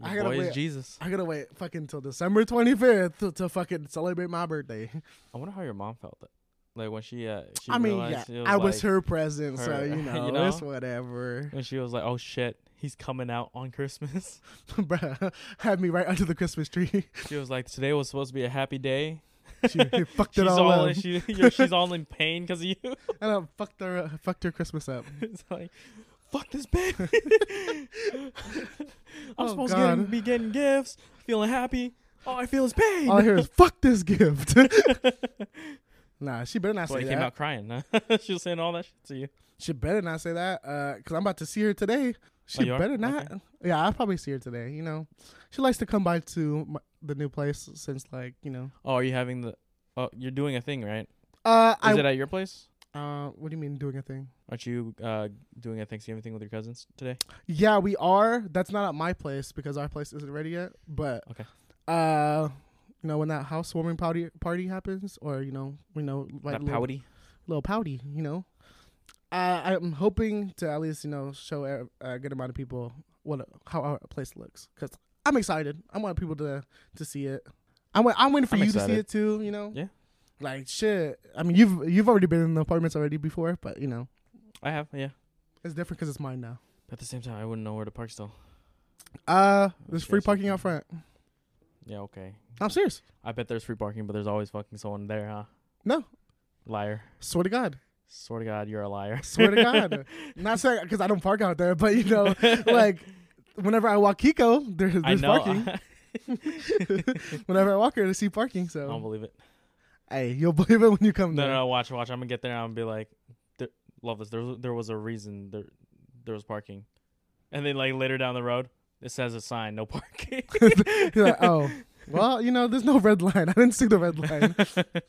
S1: Your
S2: I gotta
S1: boy
S2: wait.
S1: is Jesus.
S2: I gotta wait fucking till December 25th to, to fucking celebrate my birthday.
S1: I wonder how your mom felt that, like when she uh, she
S2: I mean, yeah,
S1: realized it
S2: I was
S1: like-
S2: her present, so
S1: her-
S2: you
S1: you
S2: know,
S1: know?
S2: it's whatever.
S1: when she was like, oh shit, he's coming out on Christmas.
S2: Bruh, had me right under the Christmas tree.
S1: She was like, "Today was supposed to be a happy day."
S2: she fucked
S1: She's
S2: it all,
S1: all,
S2: up.
S1: she, you know, she's all in pain because of you.
S2: and I fucked her, fucked her Christmas up.
S1: it's like, fuck this baby. I'm
S2: Oh,
S1: supposed to get-
S2: God.
S1: be getting gifts, feeling happy. All I feel is pain.
S2: All I hear is "fuck this gift." nah, she better not
S1: That's why
S2: say
S1: he
S2: that.
S1: came out crying. Huh? she was saying all that shit to you.
S2: She better not say that, uh, cause I'm about to see her today. She
S1: Oh, you are?
S2: better not. Yeah, I'll probably see her today. You know, she likes to come by to my, the new place since, like, you know.
S1: Oh, are you having the? Oh, you're doing a thing, right? Is
S2: Uh, I.
S1: it at your place?
S2: uh, what do you mean doing a thing?
S1: Aren't you uh, doing a Thanksgiving thing with your cousins today?
S2: Yeah, we are. That's not at my place because our place isn't ready yet. But
S1: Okay.
S2: uh, You know, when that housewarming party party happens, or you know, you know, like
S1: that
S2: little-
S1: pouty.
S2: little pouty, you know. I I'm hoping to at least you know show a, a good amount of people what how our place looks because I'm excited. I want people to to see it. I'm wait- I'm waiting for
S1: I'm
S2: you to
S1: excited.
S2: see it too. You know.
S1: Yeah.
S2: Like shit. I mean, you've you've already been in the apartments already before, but you know
S1: I have, yeah.
S2: it's different because it's mine now.
S1: But at the same time, I wouldn't know where to park still.
S2: Uh, there's
S1: Yes,
S2: free
S1: you
S2: parking
S1: can.
S2: out front.
S1: Yeah, okay.
S2: I'm serious.
S1: I bet there's free parking, but there's always fucking someone there, huh?
S2: No.
S1: Liar.
S2: Swear to God.
S1: Swear to God, you're a liar.
S2: Swear to God. Not saying because I don't park out there, but you know, like whenever I walk Kiko, there, there's
S1: I know.
S2: parking. whenever I walk um, here to see parking.
S1: I
S2: So
S1: don't believe it.
S2: hey, you'll believe it when you come
S1: No,
S2: there.
S1: no, no. Watch, watch. I'm gonna get there. and I'm gonna be like, "There- love this. There, was- there was a reason there, there was parking, and then like later down the road, it says a sign, no parking.
S2: You're like, oh, well, you know, there's no red line. I didn't see the red line.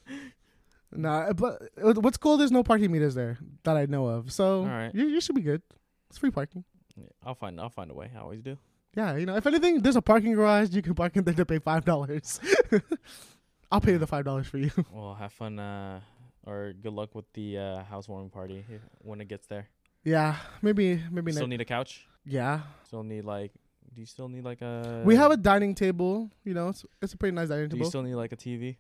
S2: nah, but uh, what's cool? There's no parking meters there that I know of. So
S1: All right.
S2: you, you should be good. It's free parking.
S1: Yeah, I'll find, I'll find a way. I always do.
S2: Yeah, you know, if anything, there's a parking garage. You can park in there to pay five dollars. I'll pay the five dollars for you.
S1: Well, have fun, uh, or good luck with the uh, housewarming party if- when it gets there.
S2: yeah, maybe, maybe
S1: Still
S2: next.
S1: need a couch.
S2: Yeah,
S1: Still need like, do you still need like a?
S2: we have a dining table. You know, it's, it's a pretty nice dining
S1: uh, Do you
S2: table.
S1: still need like a TV?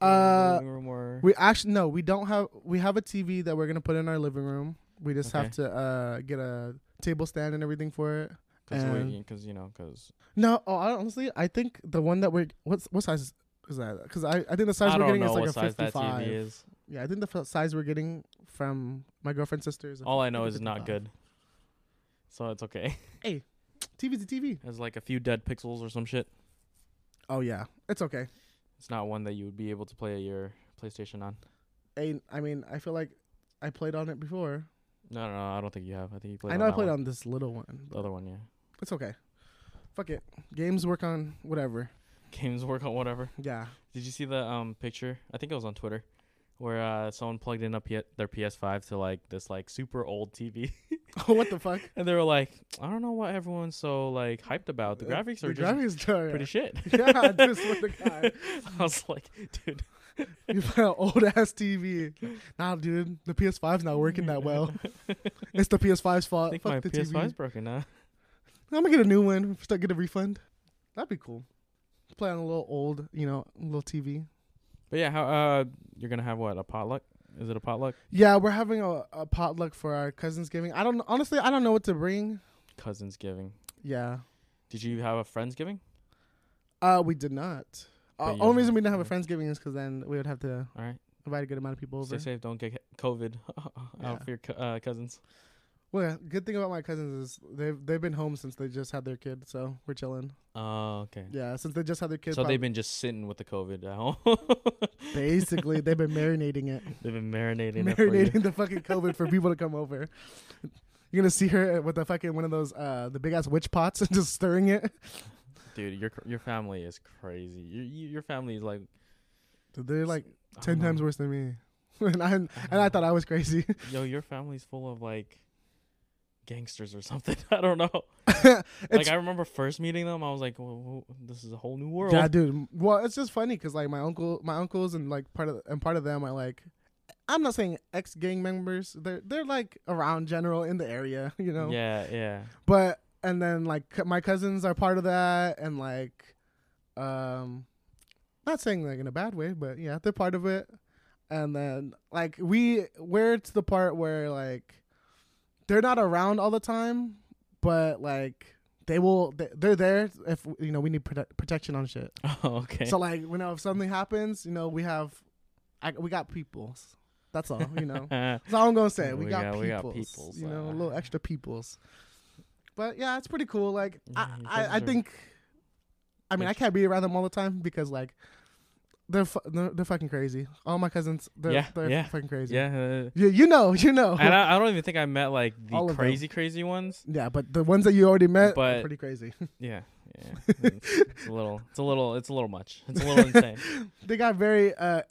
S2: Uh,
S1: Living room or-
S2: We actually no, we don't have. We have a TV that we're gonna put in our living room. We just have
S1: Okay.
S2: to uh, get a table stand and everything for it.
S1: Cause, we-
S2: Um,
S1: cause you know, cause
S2: No, oh, I, honestly, I think the one that we're what's what size is that? Because I, I think the size
S1: I
S2: we're
S1: don't
S2: getting is
S1: know
S2: like
S1: what
S2: a
S1: size that
S2: fifty-five.
S1: TV is.
S2: Yeah, I think the f- size we're getting from my girlfriend's sister is. a
S1: All I
S2: 50
S1: know
S2: to
S1: is not
S2: 55.
S1: good. So it's okay.
S2: TV's a TV.
S1: It's like a few dead pixels or some shit.
S2: Oh yeah, it's okay.
S1: It's not one that you would be able to play your PlayStation on.
S2: I, I mean, I feel like I played on it before.
S1: No, no, no I don't think you have. I think you played.
S2: I
S1: on
S2: know I
S1: that
S2: played
S1: one.
S2: on this little one.
S1: the
S2: But
S1: other one. Yeah,
S2: it's okay. Fuck it. Games work on whatever.
S1: games work on whatever.
S2: Yeah.
S1: Did you see the um picture? I think it was on Twitter, where uh, someone plugged in up P- their PS5 to like this like super old TV,
S2: Oh, what the fuck?
S1: and they were like, I don't know what everyone's so like hyped about. The
S2: Uh,
S1: graphics are
S2: the
S1: just
S2: graphics are
S1: pretty shit.
S2: Yeah, dude, swear to God.
S1: I was like, dude,
S2: You put an old ass TV. Nah, dude, the PS5's not working that well. It's the PS5's
S1: I
S2: fault.
S1: think
S2: Uh, Fuck
S1: my
S2: the
S1: PS5's
S2: TV.
S1: broken now.
S2: I'm gonna get a new one. Start get a refund. That'd be cool. Play on a little old, you know, little TV.
S1: But yeah, how uh, you're gonna have what a potluck? Is it a potluck?
S2: Yeah, we're having a, a potluck for our cousins giving. I don't honestly, I don't know what to bring.
S1: Cousins giving.
S2: Yeah,
S1: Did you have a Friendsgiving?
S2: uh, we did not. Uh,
S1: But you-
S2: only reason we didn't have a friendsgiving is because then we would have to
S1: All right.
S2: invite a good amount of people over.
S1: Stay safe. Don't get COVID out
S2: Yeah.
S1: for your cou- uh, cousins.
S2: Well, yeah, good thing about my cousins is they've they've been home since they just had their kid, so we're chilling.
S1: Oh, okay.
S2: Yeah, since they just had their kid.
S1: so
S2: prob-
S1: they've been just sitting with the COVID at home.
S2: basically they've been marinating it,
S1: they've been marinating. it for you.
S2: marinating the fucking COVID for people to come over. You're gonna see her with the fucking one of those uh the big ass witch pots and just stirring it.
S1: Dude, your cr- your family is crazy. Your you- your family is like
S2: Dude, They're like
S1: I
S2: ten
S1: don't
S2: times
S1: know.
S2: worse than me, and I and I thought I was crazy.
S1: Yo, your family's full of like gangsters or something. I don't know. like
S2: It's-
S1: I remember first meeting them, I was like, "Whoa, whoa, "This is a whole new world."
S2: yeah, dude. Well, it's just funny because like my uncle, my uncles, and like part of and part of them are like, I'm not saying ex gang members. They're they're like around general in the area, you know.
S1: yeah, yeah.
S2: but and then like c- my cousins are part of that and like um not saying like in a bad way but yeah they're part of it and then like we we're to the part where like they're not around all the time but like they will they- they're there if you know we need prote- protection on shit
S1: Oh, okay.
S2: so like you know if something happens you know we have I, we got peoples that's all you know that's all I'm gonna say. We,
S1: We
S2: got,
S1: got-
S2: peoples,
S1: we got peoples,
S2: You know,
S1: uh.
S2: a little extra peoples. But yeah, it's pretty cool. Like
S1: Yeah, your
S2: I, I, I
S1: cousins are-
S2: think, I mean, I can't be around them all the time because like they're fu- they're, they're fucking crazy. All my cousins, they're
S1: Yeah,
S2: they're
S1: yeah,
S2: fucking crazy.
S1: yeah, uh,
S2: you, you know, you know.
S1: and I, I don't even think I met like
S2: All of
S1: the
S2: them.
S1: crazy, crazy ones.
S2: yeah, but the ones that you already met, are
S1: But-
S2: pretty crazy.
S1: Yeah, yeah. It's, it's a little, it's a little, it's a little much. It's a little insane.
S2: they got very uh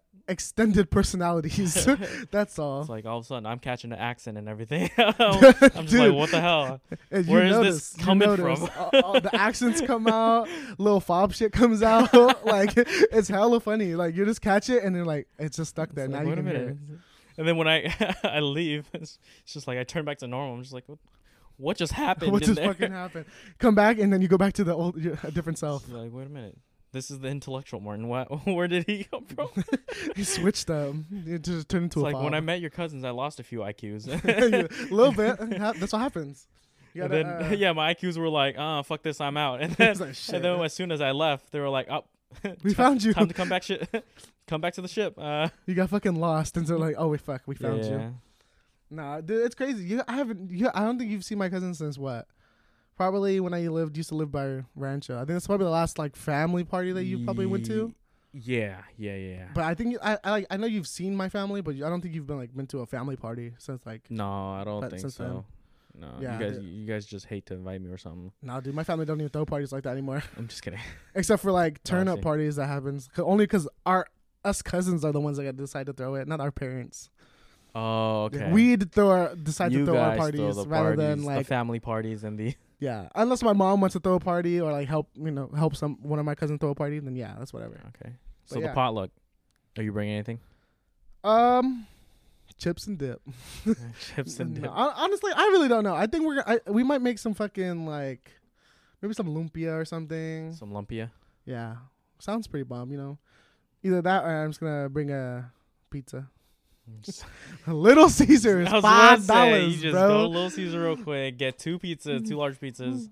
S2: extended personalities. That's all.
S1: It's like all of a sudden I'm catching the accent and everything. I'm just
S2: Dude.
S1: like, what the hell?
S2: And
S1: Where is this
S2: you
S1: coming
S2: notice
S1: from?
S2: all- all the accents come out, little fob shit comes out. like it's hella funny. Like you just catch it and then like it's just stuck
S1: It's
S2: there.
S1: like,
S2: now you
S1: wait a
S2: can hear
S1: minute.
S2: it.
S1: And then when I I leave, it's it's just like I turn back to normal. I'm just like, what, what just happened?
S2: What
S1: in
S2: just
S1: there?
S2: fucking happened? Come back and then you go back to the old, your, a different self.
S1: It's Like, wait a minute. This is the intellectual Martin. Why, where did he come from? It's
S2: You switch them. You just turn into a
S1: like
S2: fob.
S1: when I met your cousins, I lost a few IQs.
S2: a little bit. uh, Ha- That's what happens. You
S1: and
S2: gotta,
S1: then
S2: uh,
S1: yeah, my IQs were like, uh, fuck this, I'm out. And
S2: it's
S1: then,
S2: like, shit.
S1: and then as soon as I left, they were like, up. Oh,
S2: we
S1: ti-
S2: found you.
S1: Time to come back. Shit, come back to the ship. Uh,
S2: You got fucking lost, and so like, oh wait, fuck, we found you.
S1: yeah.
S2: Nah, dude, it's crazy. You, I haven't. You, I don't think you've seen my cousin since what? Probably when I lived, used to live by Rancho. I think that's probably the last like family party that you probably went to.
S1: Yeah, yeah, yeah.
S2: But I think you- I, I like. I know you've seen my family, but I don't think you've been like been to a family party since like.
S1: no, I don't
S2: But
S1: think
S2: since
S1: so. No,
S2: Yeah,
S1: you guys,
S2: it-
S1: you guys just hate to invite me or something.
S2: Nah, dude, my family don't even throw parties like that anymore,
S1: I'm just kidding.
S2: except for like
S1: Oh, I
S2: turn up
S1: see.
S2: parties that happens 'Cause- only because our us cousins are the ones that gotta decide to throw it, not our parents.
S1: Oh, okay.
S2: We'd throw our, decide
S1: you
S2: to throw
S1: guys
S2: our parties
S1: throw the
S2: rather than
S1: parties, the
S2: like
S1: family parties and the
S2: Yeah, unless my mom wants to throw a party or like help, you know, help some one of my cousins throw a party, then yeah, that's whatever.
S1: okay.
S2: But
S1: So
S2: yeah.
S1: the potluck. Are you bringing anything?
S2: Um, chips and dip.
S1: Chips and
S2: No,
S1: dip.
S2: hon- honestly, I really don't know. I think we're I, we might make some fucking like maybe some lumpia or something.
S1: Some lumpia.
S2: yeah, sounds pretty bomb, you know. Either that or I'm just gonna bring a pizza. Little Caesars,
S1: I was about to
S2: five
S1: say,
S2: dollars,
S1: you just go to
S2: bro.
S1: Little Caesar real quick, get two pizzas, two large pizzas.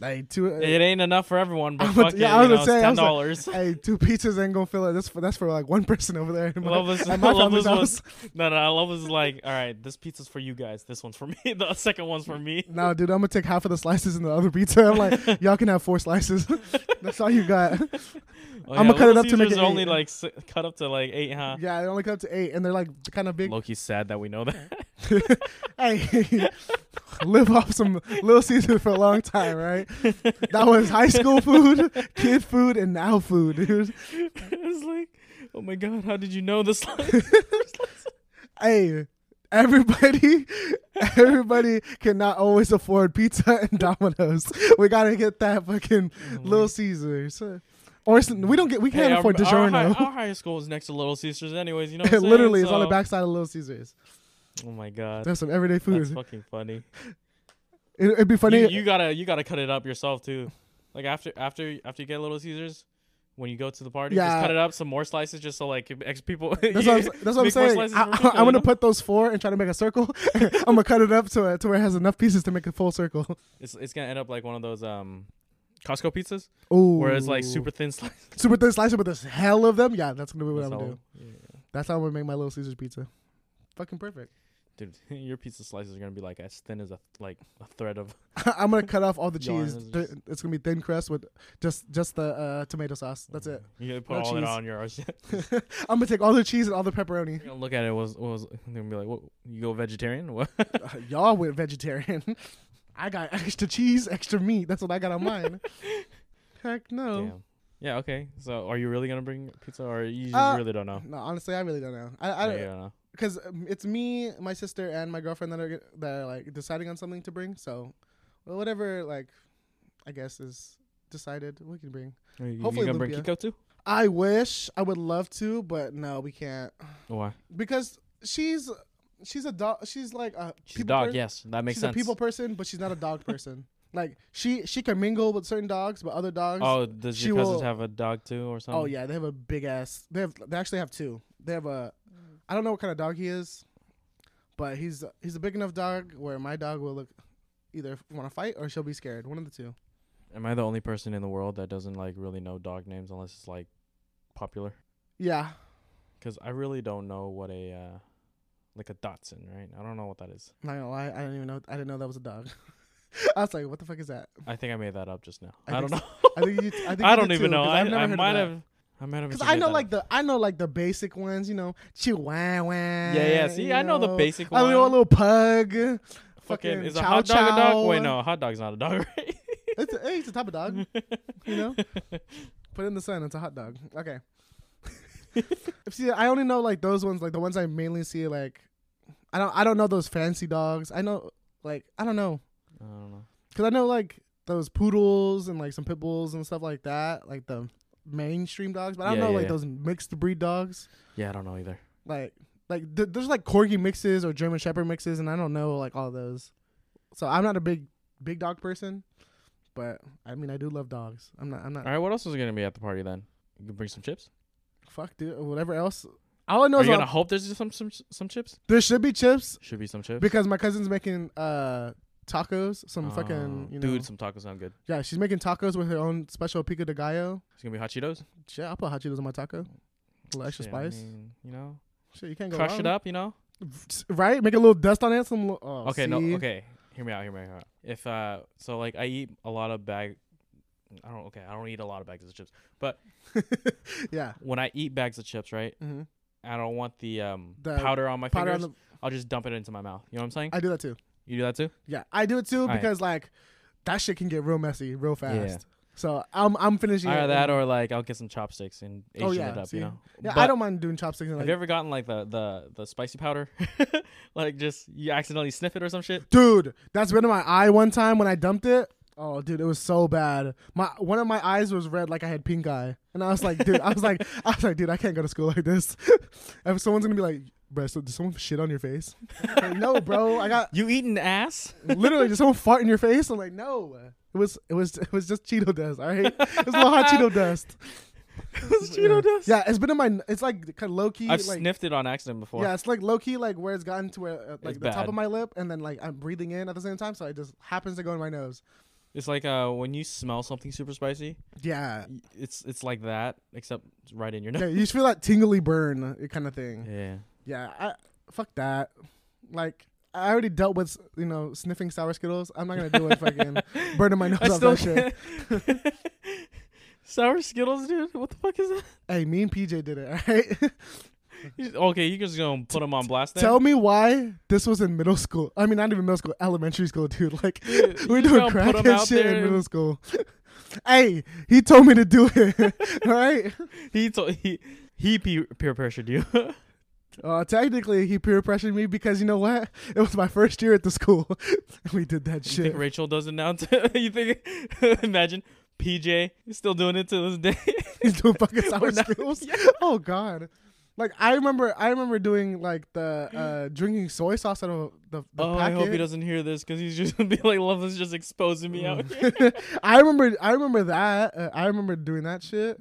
S2: Like two,
S1: it ain't enough for everyone, but
S2: I'm about
S1: fuck
S2: to-
S1: it,
S2: yeah, I
S1: you know,
S2: was
S1: it's
S2: gonna say, I
S1: ten
S2: was like,
S1: dollars.
S2: hey, two pizzas ain't gonna fill it. That's for that's for like one person over there. in my-
S1: Love this.
S2: at my
S1: Love
S2: family's
S1: this
S2: house.
S1: was, no, no. I love was like, all right, this pizza's for you guys. This one's for me. The second one's for me.
S2: No, dude, I'm gonna take half of the slices and the other pizza. I'm like, y'all can have four slices. That's all you got.
S1: Oh,
S2: I'ma cut it
S1: Little
S2: up to make
S1: Caesar's
S2: it
S1: only
S2: eight.
S1: like si cut up to like eight, huh?
S2: Yeah, it only comes to eight, and they're like kind of big.
S1: Loki's sad that we know that.
S2: Hey, live off some Little Caesar for a long time, right? That was high school food, kid food, and now food, dude.
S1: it's like, oh my god, how did you know this?
S2: Hey, everybody, everybody cannot always afford pizza and Domino's. We gotta get that fucking Little Caesars. Or s- we don't get, we can't
S1: Mm-hmm. Hey,
S2: afford
S1: our, our,
S2: DiGiorno.
S1: high, our high school is next to Little Caesars, anyways. You know, what I'm
S2: Literally,
S1: saying?
S2: it's on the
S1: So-
S2: backside of Little Caesars.
S1: Oh my god,
S2: There's some everyday
S1: that's
S2: food.
S1: fucking funny.
S2: It, it'd be funny.
S1: You, you gotta, you gotta cut it up yourself too. Like after, after, after you get Little Caesars, when you go to the party,
S2: Yeah.
S1: just cut it up some more slices, just so like ex people.
S2: that's, what I'm, s- that's what I'm
S1: make more
S2: saying.
S1: slices
S2: I,
S1: for
S2: I,
S1: people,
S2: am
S1: you
S2: gonna
S1: know?
S2: put those four and try to make a circle. I'm gonna cut it up to it to where it has enough pieces to make a full circle.
S1: It's it's gonna end up like one of those um, Costco pizzas
S2: Ooh.
S1: where it's like super thin slices.
S2: super thin slicer, but there's hell of them. Yeah, that's gonna be what
S1: That's
S2: I'm
S1: all.
S2: gonna do. That's how I'm gonna make my Little Caesars pizza. Fucking perfect.
S1: Dude, your pizza slices are gonna be like as thin as a like a thread of.
S2: I'm gonna cut off all the
S1: Yarn
S2: cheese.
S1: is
S2: Th- It's gonna be thin crust with just just the uh, tomato sauce. That's it.
S1: You gotta put
S2: No
S1: all that
S2: cheese.
S1: on your.
S2: I'm gonna take all the cheese and all the pepperoni.
S1: You're gonna look at it. Was was they're gonna be like, what? You go vegetarian? What?
S2: Uh, y'all went vegetarian. I got extra cheese, extra meat. That's what I got on mine. Heck no.
S1: Damn. Yeah. Okay. So, are you really gonna bring pizza, or you just
S2: Uh,
S1: really don't know?
S2: No, honestly, I really don't know. I, I
S1: Oh. Yeah,
S2: don't
S1: you don't know.
S2: because um, it's me, my sister, and my girlfriend that are get- that are like deciding on something to bring. So, well, whatever, like, I guess is decided. We can bring.
S1: Are you, you
S2: Hopefully
S1: gonna bring
S2: lumpia.
S1: Kiko too?
S2: I wish I would love to, but no, we can't
S1: Why?
S2: because she's she's a dog. She's like a
S1: She's a
S2: people
S1: dog.
S2: per-
S1: yes, that makes
S2: she's
S1: sense.
S2: a people person, but she's not a dog person. like she she can mingle with certain dogs, but other dogs.
S1: oh, does
S2: she
S1: your cousins
S2: will-
S1: have a dog too, or something?
S2: Oh yeah, they have a big ass. They have. They actually have two. They have a. I don't know what kind of dog he is, but he's he's a big enough dog where my dog will look either want to fight or she'll be scared. One of the two.
S1: Am I the only person in the world that doesn't like really know dog names unless it's like popular?
S2: Yeah,
S1: Because I really don't know what a uh, like a Dotson, right? I don't know what that is.
S2: not gonna lie, I didn't even know. I didn't know that was a dog. I was like, what the fuck is that?
S1: I think I made that up just now.
S2: I
S1: I, don't know.
S2: think I think you. I, think you
S1: I
S2: did
S1: don't even
S2: too,
S1: know.
S2: 'cause
S1: I,
S2: I've never
S1: I
S2: heard of
S1: might
S2: that.
S1: have. I might have.
S2: Because
S1: just
S2: I
S1: made
S2: know
S1: that
S2: like
S1: up.
S2: the I know like the basic ones, you know, chihuahua.
S1: Yeah, yeah. See,
S2: you
S1: I know the basic one.
S2: I know a little pug.
S1: fucking is a
S2: chow
S1: hot dog a
S2: chow.
S1: dog? Wait, no, a hot dog's not a dog, right?
S2: It's a, it's a type of dog, you know. Put it in the sun. It's a hot dog. Okay. See, I only know like those ones, like the ones I mainly see. Like, I don't, I don't know those fancy dogs. I know, like, I don't know,
S1: I don't know.
S2: cause I know like those poodles and like some pit bulls and stuff like that, like the mainstream dogs. But I don't
S1: Yeah,
S2: know
S1: yeah,
S2: like
S1: yeah.
S2: those mixed breed dogs,
S1: Yeah, I don't know either.
S2: like like th- there's like corgi mixes or German Shepherd mixes, and I don't know like all those. So I'm not a big big dog person, but I mean I do love dogs. I'm not, I'm not.
S1: All right, what else is gonna be at the party then? You can bring some chips.
S2: Fuck, dude. Whatever else. All I know
S1: Are
S2: is
S1: you
S2: like,
S1: gonna hope there's just some some some chips?
S2: there should be chips
S1: Should be some chips.
S2: because my cousin's making uh tacos. Some fucking
S1: Oh,
S2: you know.
S1: dude, some tacos sound good.
S2: Yeah, she's making tacos with her own special pico de gallo.
S1: It's gonna be hot Cheetos.
S2: Shit, I'll put hot Cheetos on my taco. A little extra
S1: Shit, I
S2: spice.
S1: mean, you know,
S2: Shit, you can't go
S1: crush
S2: wrong.
S1: it up. You know.
S2: Right? Make a little dust on it. Some. li- Oh,
S1: okay,
S2: see?
S1: no. Okay, hear me out. Hear me out. Hear me out. If uh, so like I eat a lot of bag. I don't. Okay, I don't eat a lot of bags of chips.
S2: Yeah.
S1: When I eat bags of chips, right?
S2: hmm
S1: I don't want the um
S2: The
S1: powder on my
S2: Powder
S1: fingers.
S2: on the.
S1: I'll just dump it into my mouth. You know what I'm saying?
S2: I do that too.
S1: you do that too?
S2: Yeah, I do it too
S1: Alright.
S2: because like that shit can get real messy real fast.
S1: Yeah.
S2: So I'm I'm finishing
S1: Either
S2: it
S1: that
S2: and-
S1: or like I'll get some chopsticks and Asian
S2: Oh, yeah,
S1: it up.
S2: see?
S1: You know?
S2: yeah, I
S1: But
S2: don't mind doing chopsticks and
S1: Have
S2: like
S1: you ever gotten like the the the spicy powder? like just you accidentally sniff it or some shit.
S2: dude that's been in my eye one time when i dumped it oh dude it was so bad my one of my eyes was red like i had pink eye and i was like dude i was like i was like dude i can't go to school like this if someone's gonna be like bro so did someone shit on your face Like, no bro i got
S1: You eating ass?
S2: literally did someone fart in your face i'm like no it was it was it was just cheeto dust all right it was a little hot cheeto dust
S1: It's Cheeto dust.
S2: yeah it's been in my it's like kind of low-key
S1: I've
S2: like
S1: sniffed it on accident before.
S2: Yeah, it's like low key, like where it's gotten to where uh, like
S1: It's
S2: the top
S1: bad.
S2: of my lip, and then like I'm breathing in at the same time, so it just happens to go in my nose.
S1: It's like uh when you smell something super spicy,
S2: Yeah,
S1: y- it's it's like that except it's right in your
S2: yeah,
S1: nose.
S2: you just feel that tingly burn uh, kind of thing.
S1: Yeah.
S2: Yeah, I, fuck that. Like I already dealt with you know sniffing sour skittles. I'm not gonna deal with fucking burning my nose
S1: I
S2: off
S1: still
S2: that shit.
S1: can't. Sour Skittles, dude. What the fuck is that?
S2: Hey, me and PJ did it. All right,
S1: You just- Okay, you can just go and put them on blast. Then.
S2: tell me why this was in middle school. I mean, not even middle school, elementary school, dude. Like
S1: Dude, you
S2: we
S1: just
S2: doing
S1: gonna put
S2: crack
S1: 'em
S2: and
S1: out
S2: shit
S1: there
S2: in
S1: and-
S2: middle school. hey, he told me to do it. all right.
S1: He told he he pe- peer pressured you.
S2: Uh, technically, he peer pressured me because you know what? It was my first year at the school. we did that
S1: You
S2: shit.
S1: think Rachel does it now? too? you think? imagine PJ is still doing it to this day.
S2: He's doing fucking sour
S1: We're not-
S2: skills. Oh god. Like I remember, I remember doing like the uh, drinking soy sauce out of the, the
S1: oh,
S2: packet.
S1: I hope he doesn't hear this because he's just gonna be like, "Love is just exposing me
S2: Mm.
S1: out here."
S2: I remember, I remember that. Uh, I remember doing that shit.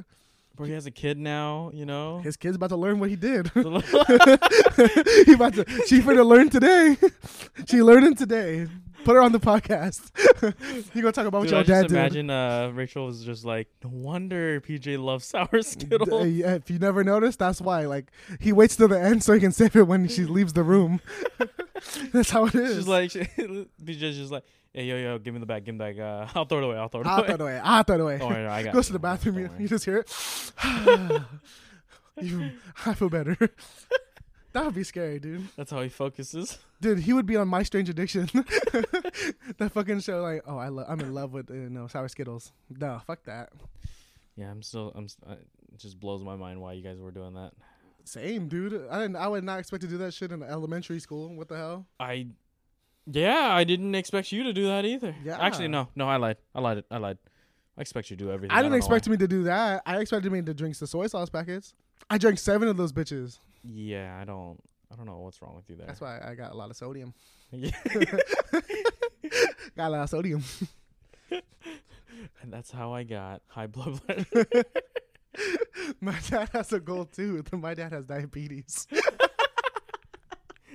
S1: Bro, he has a kid now. You know.
S2: His kid's about to learn what he did.
S1: The-
S2: he about to. She finna learn today. she learning today. Put her on the podcast. you gonna talk about
S1: Dude, I
S2: what your
S1: just
S2: dad did?
S1: imagine uh, Rachel was just like, "No wonder PJ loves sour
S2: Uh,
S1: Skittles."
S2: yeah, if you never noticed, that's why. Like he waits till the end so he can save it when she leaves the room. that's how it is.
S1: She's like, PJ's just like, "Hey, yo, yo, give me the bag, give me the bag. Uh, I'll throw it away. I'll throw it
S2: ah, throw
S1: away."
S2: it away. Ah, throw it away.
S1: Don't worry, I got
S2: Goes
S1: it.
S2: to the
S1: Don't worry,
S2: bathroom.
S1: don't
S2: You,
S1: worry.
S2: you just hear it. You- I feel better. That would be scary, dude.
S1: That's how he focuses.
S2: Dude, he would be on My Strange Addiction. that fucking show, like, oh, I lo- I'm in love with uh, no sour Skittles. No, fuck that.
S1: Yeah, I'm still. I'm. s- I- It just blows my mind why you guys were doing that.
S2: Same, dude. I didn't. I would not expect to do that shit in elementary school. What the hell?
S1: I. Yeah, I didn't expect you to do that either. Actually,
S2: Yeah.
S1: no, no, I lied. I lied. I lied. I expect you to do everything.
S2: I
S1: don't
S2: didn't
S1: know
S2: expect
S1: why.
S2: me to do that. I expected me to drink the soy sauce packets. I drank seven of those bitches.
S1: Yeah, I don't. I don't know what's wrong with you there.
S2: That's why I got a lot of sodium.
S1: Yeah.
S2: Got a lot of sodium.
S1: and that's how I got high blood pressure.
S2: My dad has a goal too. My dad has diabetes.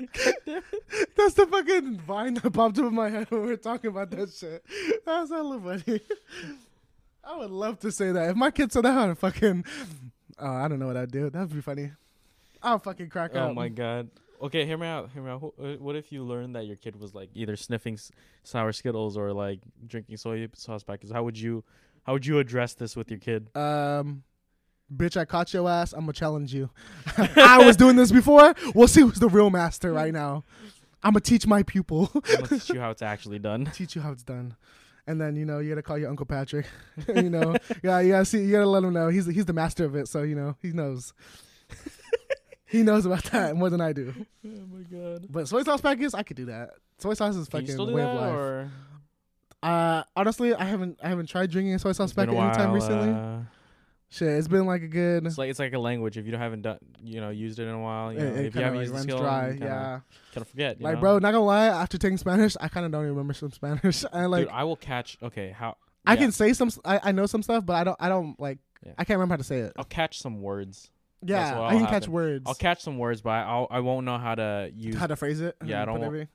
S2: That's the fucking vine that popped up in my head when we were talking about that shit. That's hella funny. I would love to say that. If my kid said that, I'd fucking. Oh, I don't know what I'd do. That'd be funny. I'll fucking crack up.
S1: oh my god. Okay, hear me out. Hear me out. Wh- uh, What if you learned that your kid was like either sniffing s- sour Skittles or like drinking soy sauce packets? How would you? How would you address this with your kid?
S2: um, bitch, I caught your ass. I'm gonna challenge you. I was doing this before. We'll see who's the real master right now. I'm gonna teach my pupil,
S1: I'm gonna teach you how it's actually done.
S2: teach you how it's done. And then you know you gotta call your uncle Patrick. you know, yeah, you gotta see, you gotta let him know he's he's the master of it. So you know he knows. He knows about that more than I do.
S1: Oh my god.
S2: But soy sauce packets, I could do that. Soy sauce is
S1: Can you
S2: fucking
S1: still do
S2: way
S1: that,
S2: of life.
S1: or
S2: Uh, honestly, I haven't I haven't tried drinking a soy sauce
S1: It's been
S2: packet
S1: a
S2: anytime
S1: while,
S2: recently.
S1: uh,
S2: Shit, it's been like a good.
S1: it's like it's like a language. If you don't haven't done, you know, used it in a while, you
S2: it-
S1: know,
S2: it
S1: if you
S2: kinda,
S1: haven't
S2: like,
S1: used the
S2: runs
S1: skill,
S2: dry.
S1: you kinda,
S2: yeah,
S1: kinda forget. you
S2: like
S1: know?
S2: bro, not gonna lie. After taking Spanish, I kind of don't even remember some Spanish. I like
S1: dude, I will catch. Okay, how
S2: I
S1: yeah,
S2: can say some. s- I, I know some stuff, but I don't. I don't like.
S1: Yeah. Oh,
S2: I can't remember how to say it.
S1: I'll catch some words.
S2: yeah,
S1: what'll
S2: I can catch
S1: happen.
S2: words.
S1: I'll catch some words, but I'll I won't know how to use.
S2: how to phrase it.
S1: Yeah, I
S2: and
S1: don't
S2: put
S1: want-
S2: everything.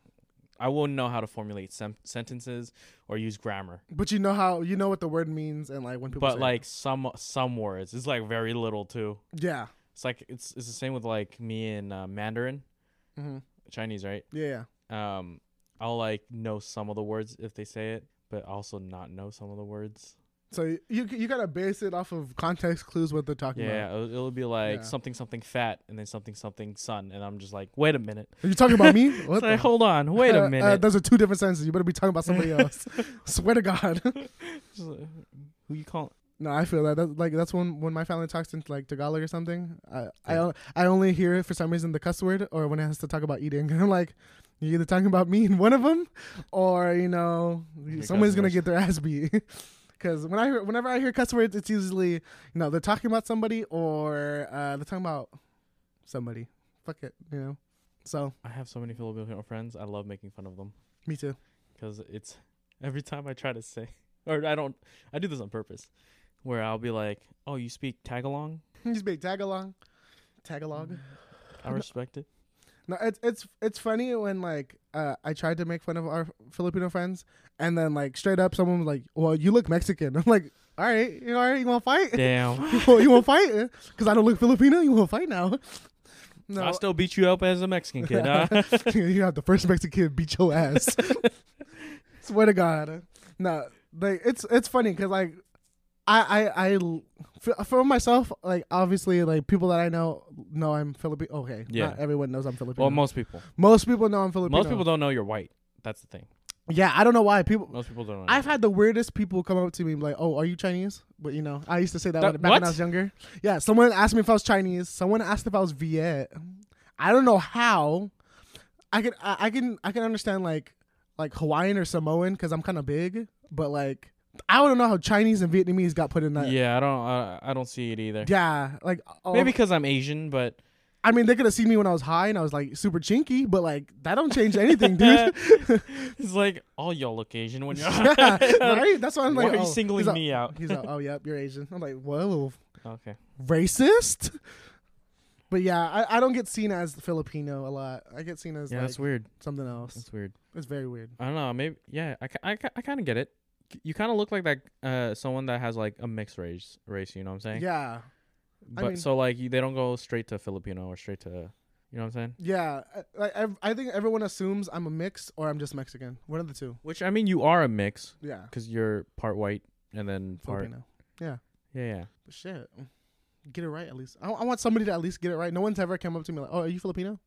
S1: I won't know how to formulate sem- sentences or use grammar.
S2: But you know how you know what the word means and like when people. say
S1: But
S2: it.
S1: like some some words, it's like very little too.
S2: Yeah.
S1: It's like it's it's the same with like me and uh, Mandarin
S2: hmm
S1: Chinese, right?
S2: Yeah. Yeah.
S1: Um, I'll like know some of the words if they say it, but also not know some of the words.
S2: So you you, you gotta base it off of context clues what they're talking
S1: Yeah,
S2: about.
S1: it'll, it'll be like
S2: Yeah.
S1: something something fat and then something something sun, and I'm just like, wait a minute.
S2: Are you talking about me?
S1: It's
S2: What?
S1: like,
S2: the-
S1: hold on, wait
S2: Uh,
S1: a
S2: uh,
S1: minute.
S2: those are two different sentences. You better be talking about somebody else. Swear to God.
S1: Just like, Who you call?
S2: no, I feel that. That's like that's when when my family talks in like Tagalog or something. I I, o- I only hear it for some reason the cuss word or when it has to talk about eating. I'm like, you're either talking about me and one of them, or you know,
S1: Your
S2: somebody's gonna
S1: customers.
S2: get their ass beat. Because when I hear, whenever I hear cuss words, it's usually you know they're talking about somebody or uh, they're talking about somebody. Fuck it, you know. So
S1: I have so many Filipino friends. I love making fun of them
S2: me too.
S1: because it's every time I try to say, or I don't, I do this on purpose, where I'll be like, "Oh, you speak Tagalog?
S2: Just big tag along, tag along.
S1: I respect it."
S2: No, it's it's it's funny when like uh, I tried to make fun of our Filipino friends, and then like straight up someone was like, "Well, you look Mexican." I'm like, "All right, you know, all right, you want to fight?
S1: Damn,
S2: well, you want to fight? Because I don't look Filipino. You want to fight now?" No,
S1: I still beat you up as a Mexican kid. huh?
S2: you have the first Mexican beat your ass. Swear to God, no, like it's it's funny because like I I I l- f- for myself like obviously like people that I know know I'm Filipino. Okay,
S1: Yeah.
S2: not everyone knows I'm Filipino.
S1: well, most people,
S2: Most people know I'm Filipino.
S1: most people don't know you're white. That's the thing.
S2: Yeah, I don't know why people.
S1: Most people don't know.
S2: I've had the weirdest people come up to me and be like, "Oh, are you Chinese?" But you know, I used to say that,
S1: That-
S2: when, back when I
S1: what?
S2: was younger. Yeah, someone asked me if I was Chinese. Someone asked if I was Viet. I don't know how. I can I, I can I can understand like like Hawaiian or Samoan because I'm kind of big, but like I don't know how Chinese and Vietnamese got put in that. Yeah,
S1: yeah, I don't. Uh, I don't see it either.
S2: like all,
S1: Maybe because I'm Asian, but
S2: I mean they could have seen me when I was high and I was like super chinky, but like that don't change anything, dude.
S1: it's like all y'all look Asian when you're.
S2: yeah, right? That's why I'm
S1: Why
S2: like,
S1: are you
S2: oh,
S1: singling
S2: he's like-
S1: me out?
S2: He's like, oh, yep, you're Asian. I'm like, whoa,
S1: Okay.
S2: racist? But yeah, I, I don't get seen as Filipino a lot. I get seen as
S1: Yeah,
S2: like
S1: that's weird.
S2: something else.
S1: That's weird.
S2: It's very weird.
S1: I don't know. Maybe yeah. I, ki- I, ki- I kind of get it. K- You kind of look like that uh someone that has like a mixed race race. You know what I'm saying?
S2: Yeah. I
S1: But
S2: mean-
S1: so like you, they don't go straight to Filipino or straight to you know what I'm saying?
S2: Yeah. I- I, I, I think everyone assumes I'm a mix or I'm just Mexican. One of the two.
S1: Which I mean, you are a mix
S2: Yeah.
S1: because you're part white and then part
S2: Filipino.
S1: yeah yeah.
S2: But shit. Get it right at least. I, I want somebody to at least get it right. No one's ever come up to me like, oh, are you Filipino?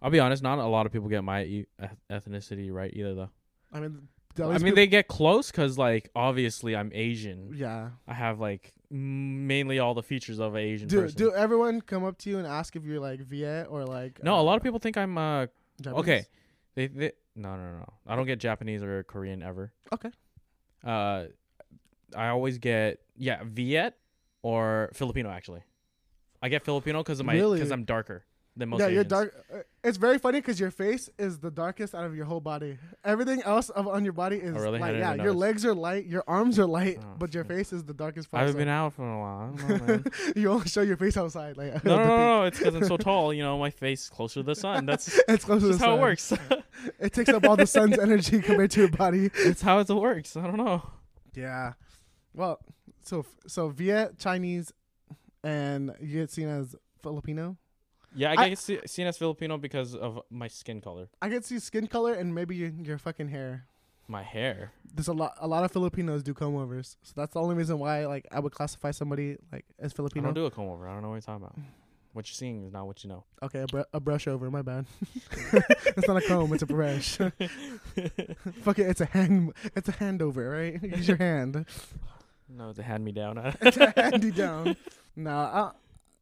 S1: I'll be honest. Not a lot of people get my e- eth- ethnicity right either though.
S2: I mean, the
S1: I
S2: least
S1: mean,
S2: peop-
S1: they get close because like obviously I'm Asian.
S2: Yeah.
S1: I have like m- mainly all the features of an Asian
S2: Do,
S1: person.
S2: do everyone come up to you and ask if you're like Viet or like.
S1: no,
S2: uh,
S1: a lot of people think I'm uh
S2: Japanese?
S1: Okay. They, they no no no. I don't get Japanese or Korean ever.
S2: Okay.
S1: Uh, I always get yeah Viet or Filipino actually. I get Filipino because of my because
S2: Really?
S1: I'm darker than most.
S2: yeah, you're
S1: Asians.
S2: dark. uh, It's very funny because your face is the darkest out of your whole body. Everything else of, on your body is
S1: Oh, really? I
S2: light.
S1: didn't
S2: Yeah,
S1: even
S2: your
S1: notice.
S2: legs are light, your arms are light,
S1: Oh,
S2: but your
S1: shit.
S2: face is the darkest
S1: I
S2: part.
S1: haven't been out for a while. I don't know, man.
S2: you only show your face outside. Like
S1: no, no, no, no, It's because I'm so tall. You know, my face is closer to the sun. That's
S2: It's close to
S1: just
S2: the
S1: how it
S2: sun.
S1: works.
S2: It takes up all the sun's energy compared to your body.
S1: That's how it works. I don't know.
S2: Yeah. Well, so so Viet Chinese, and you get seen as Filipino.
S1: Yeah, I
S2: I-
S1: get se- seen as Filipino because of my skin color,
S2: I get see skin color and maybe your, your fucking hair.
S1: my hair.
S2: there's a lot a lot of Filipinos do comb overs. So that's the only reason why like I would classify somebody like as
S1: I
S2: Filipino.
S1: don't do a comb over. I don't know what you're talking about. What you're seeing is not what you know.
S2: okay, a, br- a brush over, my bad. it's not a comb, it's a brush. Fuck it, it's a hand it's a handover, right? Use your hand.
S1: No, it's a hand me down.
S2: It's a handy down. No, I,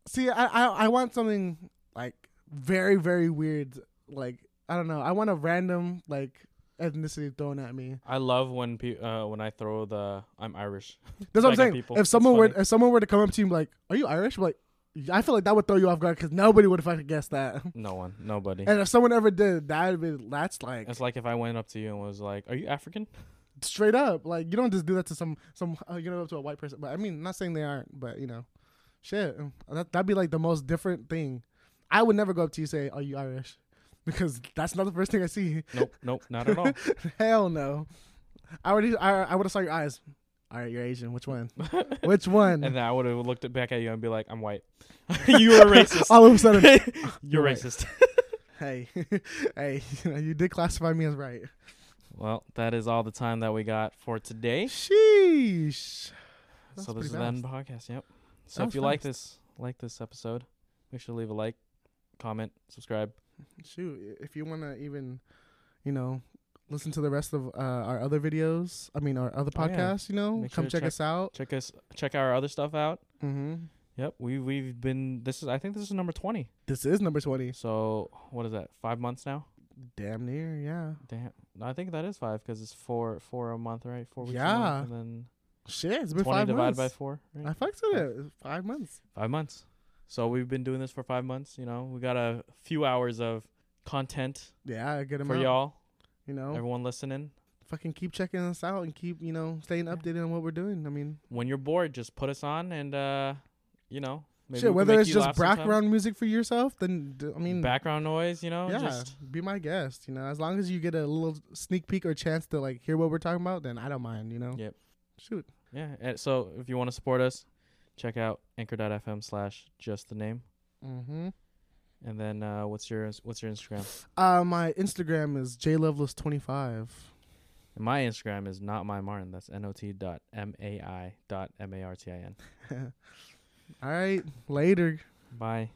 S2: See, I, I I want something like very very weird. Like I don't know. I want a random like ethnicity thrown at me.
S1: I love when pe- uh, when I throw the I'm Irish.
S2: That's what
S1: Like,
S2: I'm
S1: at
S2: saying.
S1: people.
S2: If
S1: It's
S2: someone were
S1: funny.
S2: if someone were to come up to you and be like, "Are you Irish?" I'm like I feel like that would throw you off guard because nobody would have fucking guessed that.
S1: No one, nobody.
S2: And if someone ever did, that would be that's like
S1: It's like if I went up to you and was like, "Are you African?"
S2: straight up. Like you don't just do that to some some uh, you know to a white person. But I mean, not saying they aren't, but you know, shit. That that'd be like the most different thing. I would never go up to you and say, "Are you Irish?" Because that's not the first thing I see.
S1: Nope, nope, not at all.
S2: Hell no. I already I I would have saw your eyes. All right, you're Asian. Which one? Which one?
S1: And then I would have looked it back at you and be like, "I'm white." you are racist.
S2: All of a sudden,
S1: You're
S2: right.
S1: racist.
S2: hey, hey, you, know, you did classify me as right.
S1: Well, that is all the time that we got for today.
S2: Sheesh. That's
S1: so this
S2: pretty
S1: is the end of the podcast. Yep. So
S2: That
S1: if
S2: was
S1: you like this, like this episode, make sure to leave a like, comment, subscribe.
S2: Shoot, if you want to even, you know, listen to the rest of uh, our other videos, I mean, our other
S1: Oh, yeah.
S2: podcasts, you know,
S1: Make
S2: come
S1: sure to
S2: check,
S1: check-
S2: us out.
S1: Check us, check our other stuff out.
S2: hmm
S1: Yep. We we've been. This is. I think this is number twenty.
S2: This is number 20.
S1: So what is that? Five months now.
S2: Damn near, yeah.
S1: Damn. No, I think that is five because it's four four a month, right? Four weeks. A
S2: Yeah.
S1: month, and then
S2: Shit, it's been
S1: twenty
S2: five
S1: divided
S2: months.
S1: by four. Right?
S2: I fucked with it. Five months.
S1: five months. So we've been doing this for five months. You know, we got a few hours of content
S2: Yeah, I get 'em
S1: for
S2: out.
S1: y'all.
S2: You know,
S1: Everyone listening.
S2: fucking keep checking us out and keep, you know, staying
S1: Yeah.
S2: updated on what we're doing. I mean,
S1: When you're bored, just put us on, and uh, you know, maybe we
S2: shit,
S1: can
S2: whether
S1: make
S2: it's
S1: you
S2: just
S1: laugh sometime.
S2: background music for yourself, then, d- I mean,
S1: background noise. You know,
S2: yeah,
S1: just
S2: be my guest. You know, as long as you get a little sneak peek or chance to like hear what we're talking about, then I don't mind. You know.
S1: Yep.
S2: Shoot.
S1: yeah. and So if you want to support us, check out anchor.fm slash just the name.
S2: Mm-hmm.
S1: And then uh, what's your what's your Instagram?
S2: Uh, my Instagram is jloveless25.
S1: And my Instagram is not my Martin. That's N O T dot M A I dot M A R T I N.
S2: All right. Later.
S1: Bye.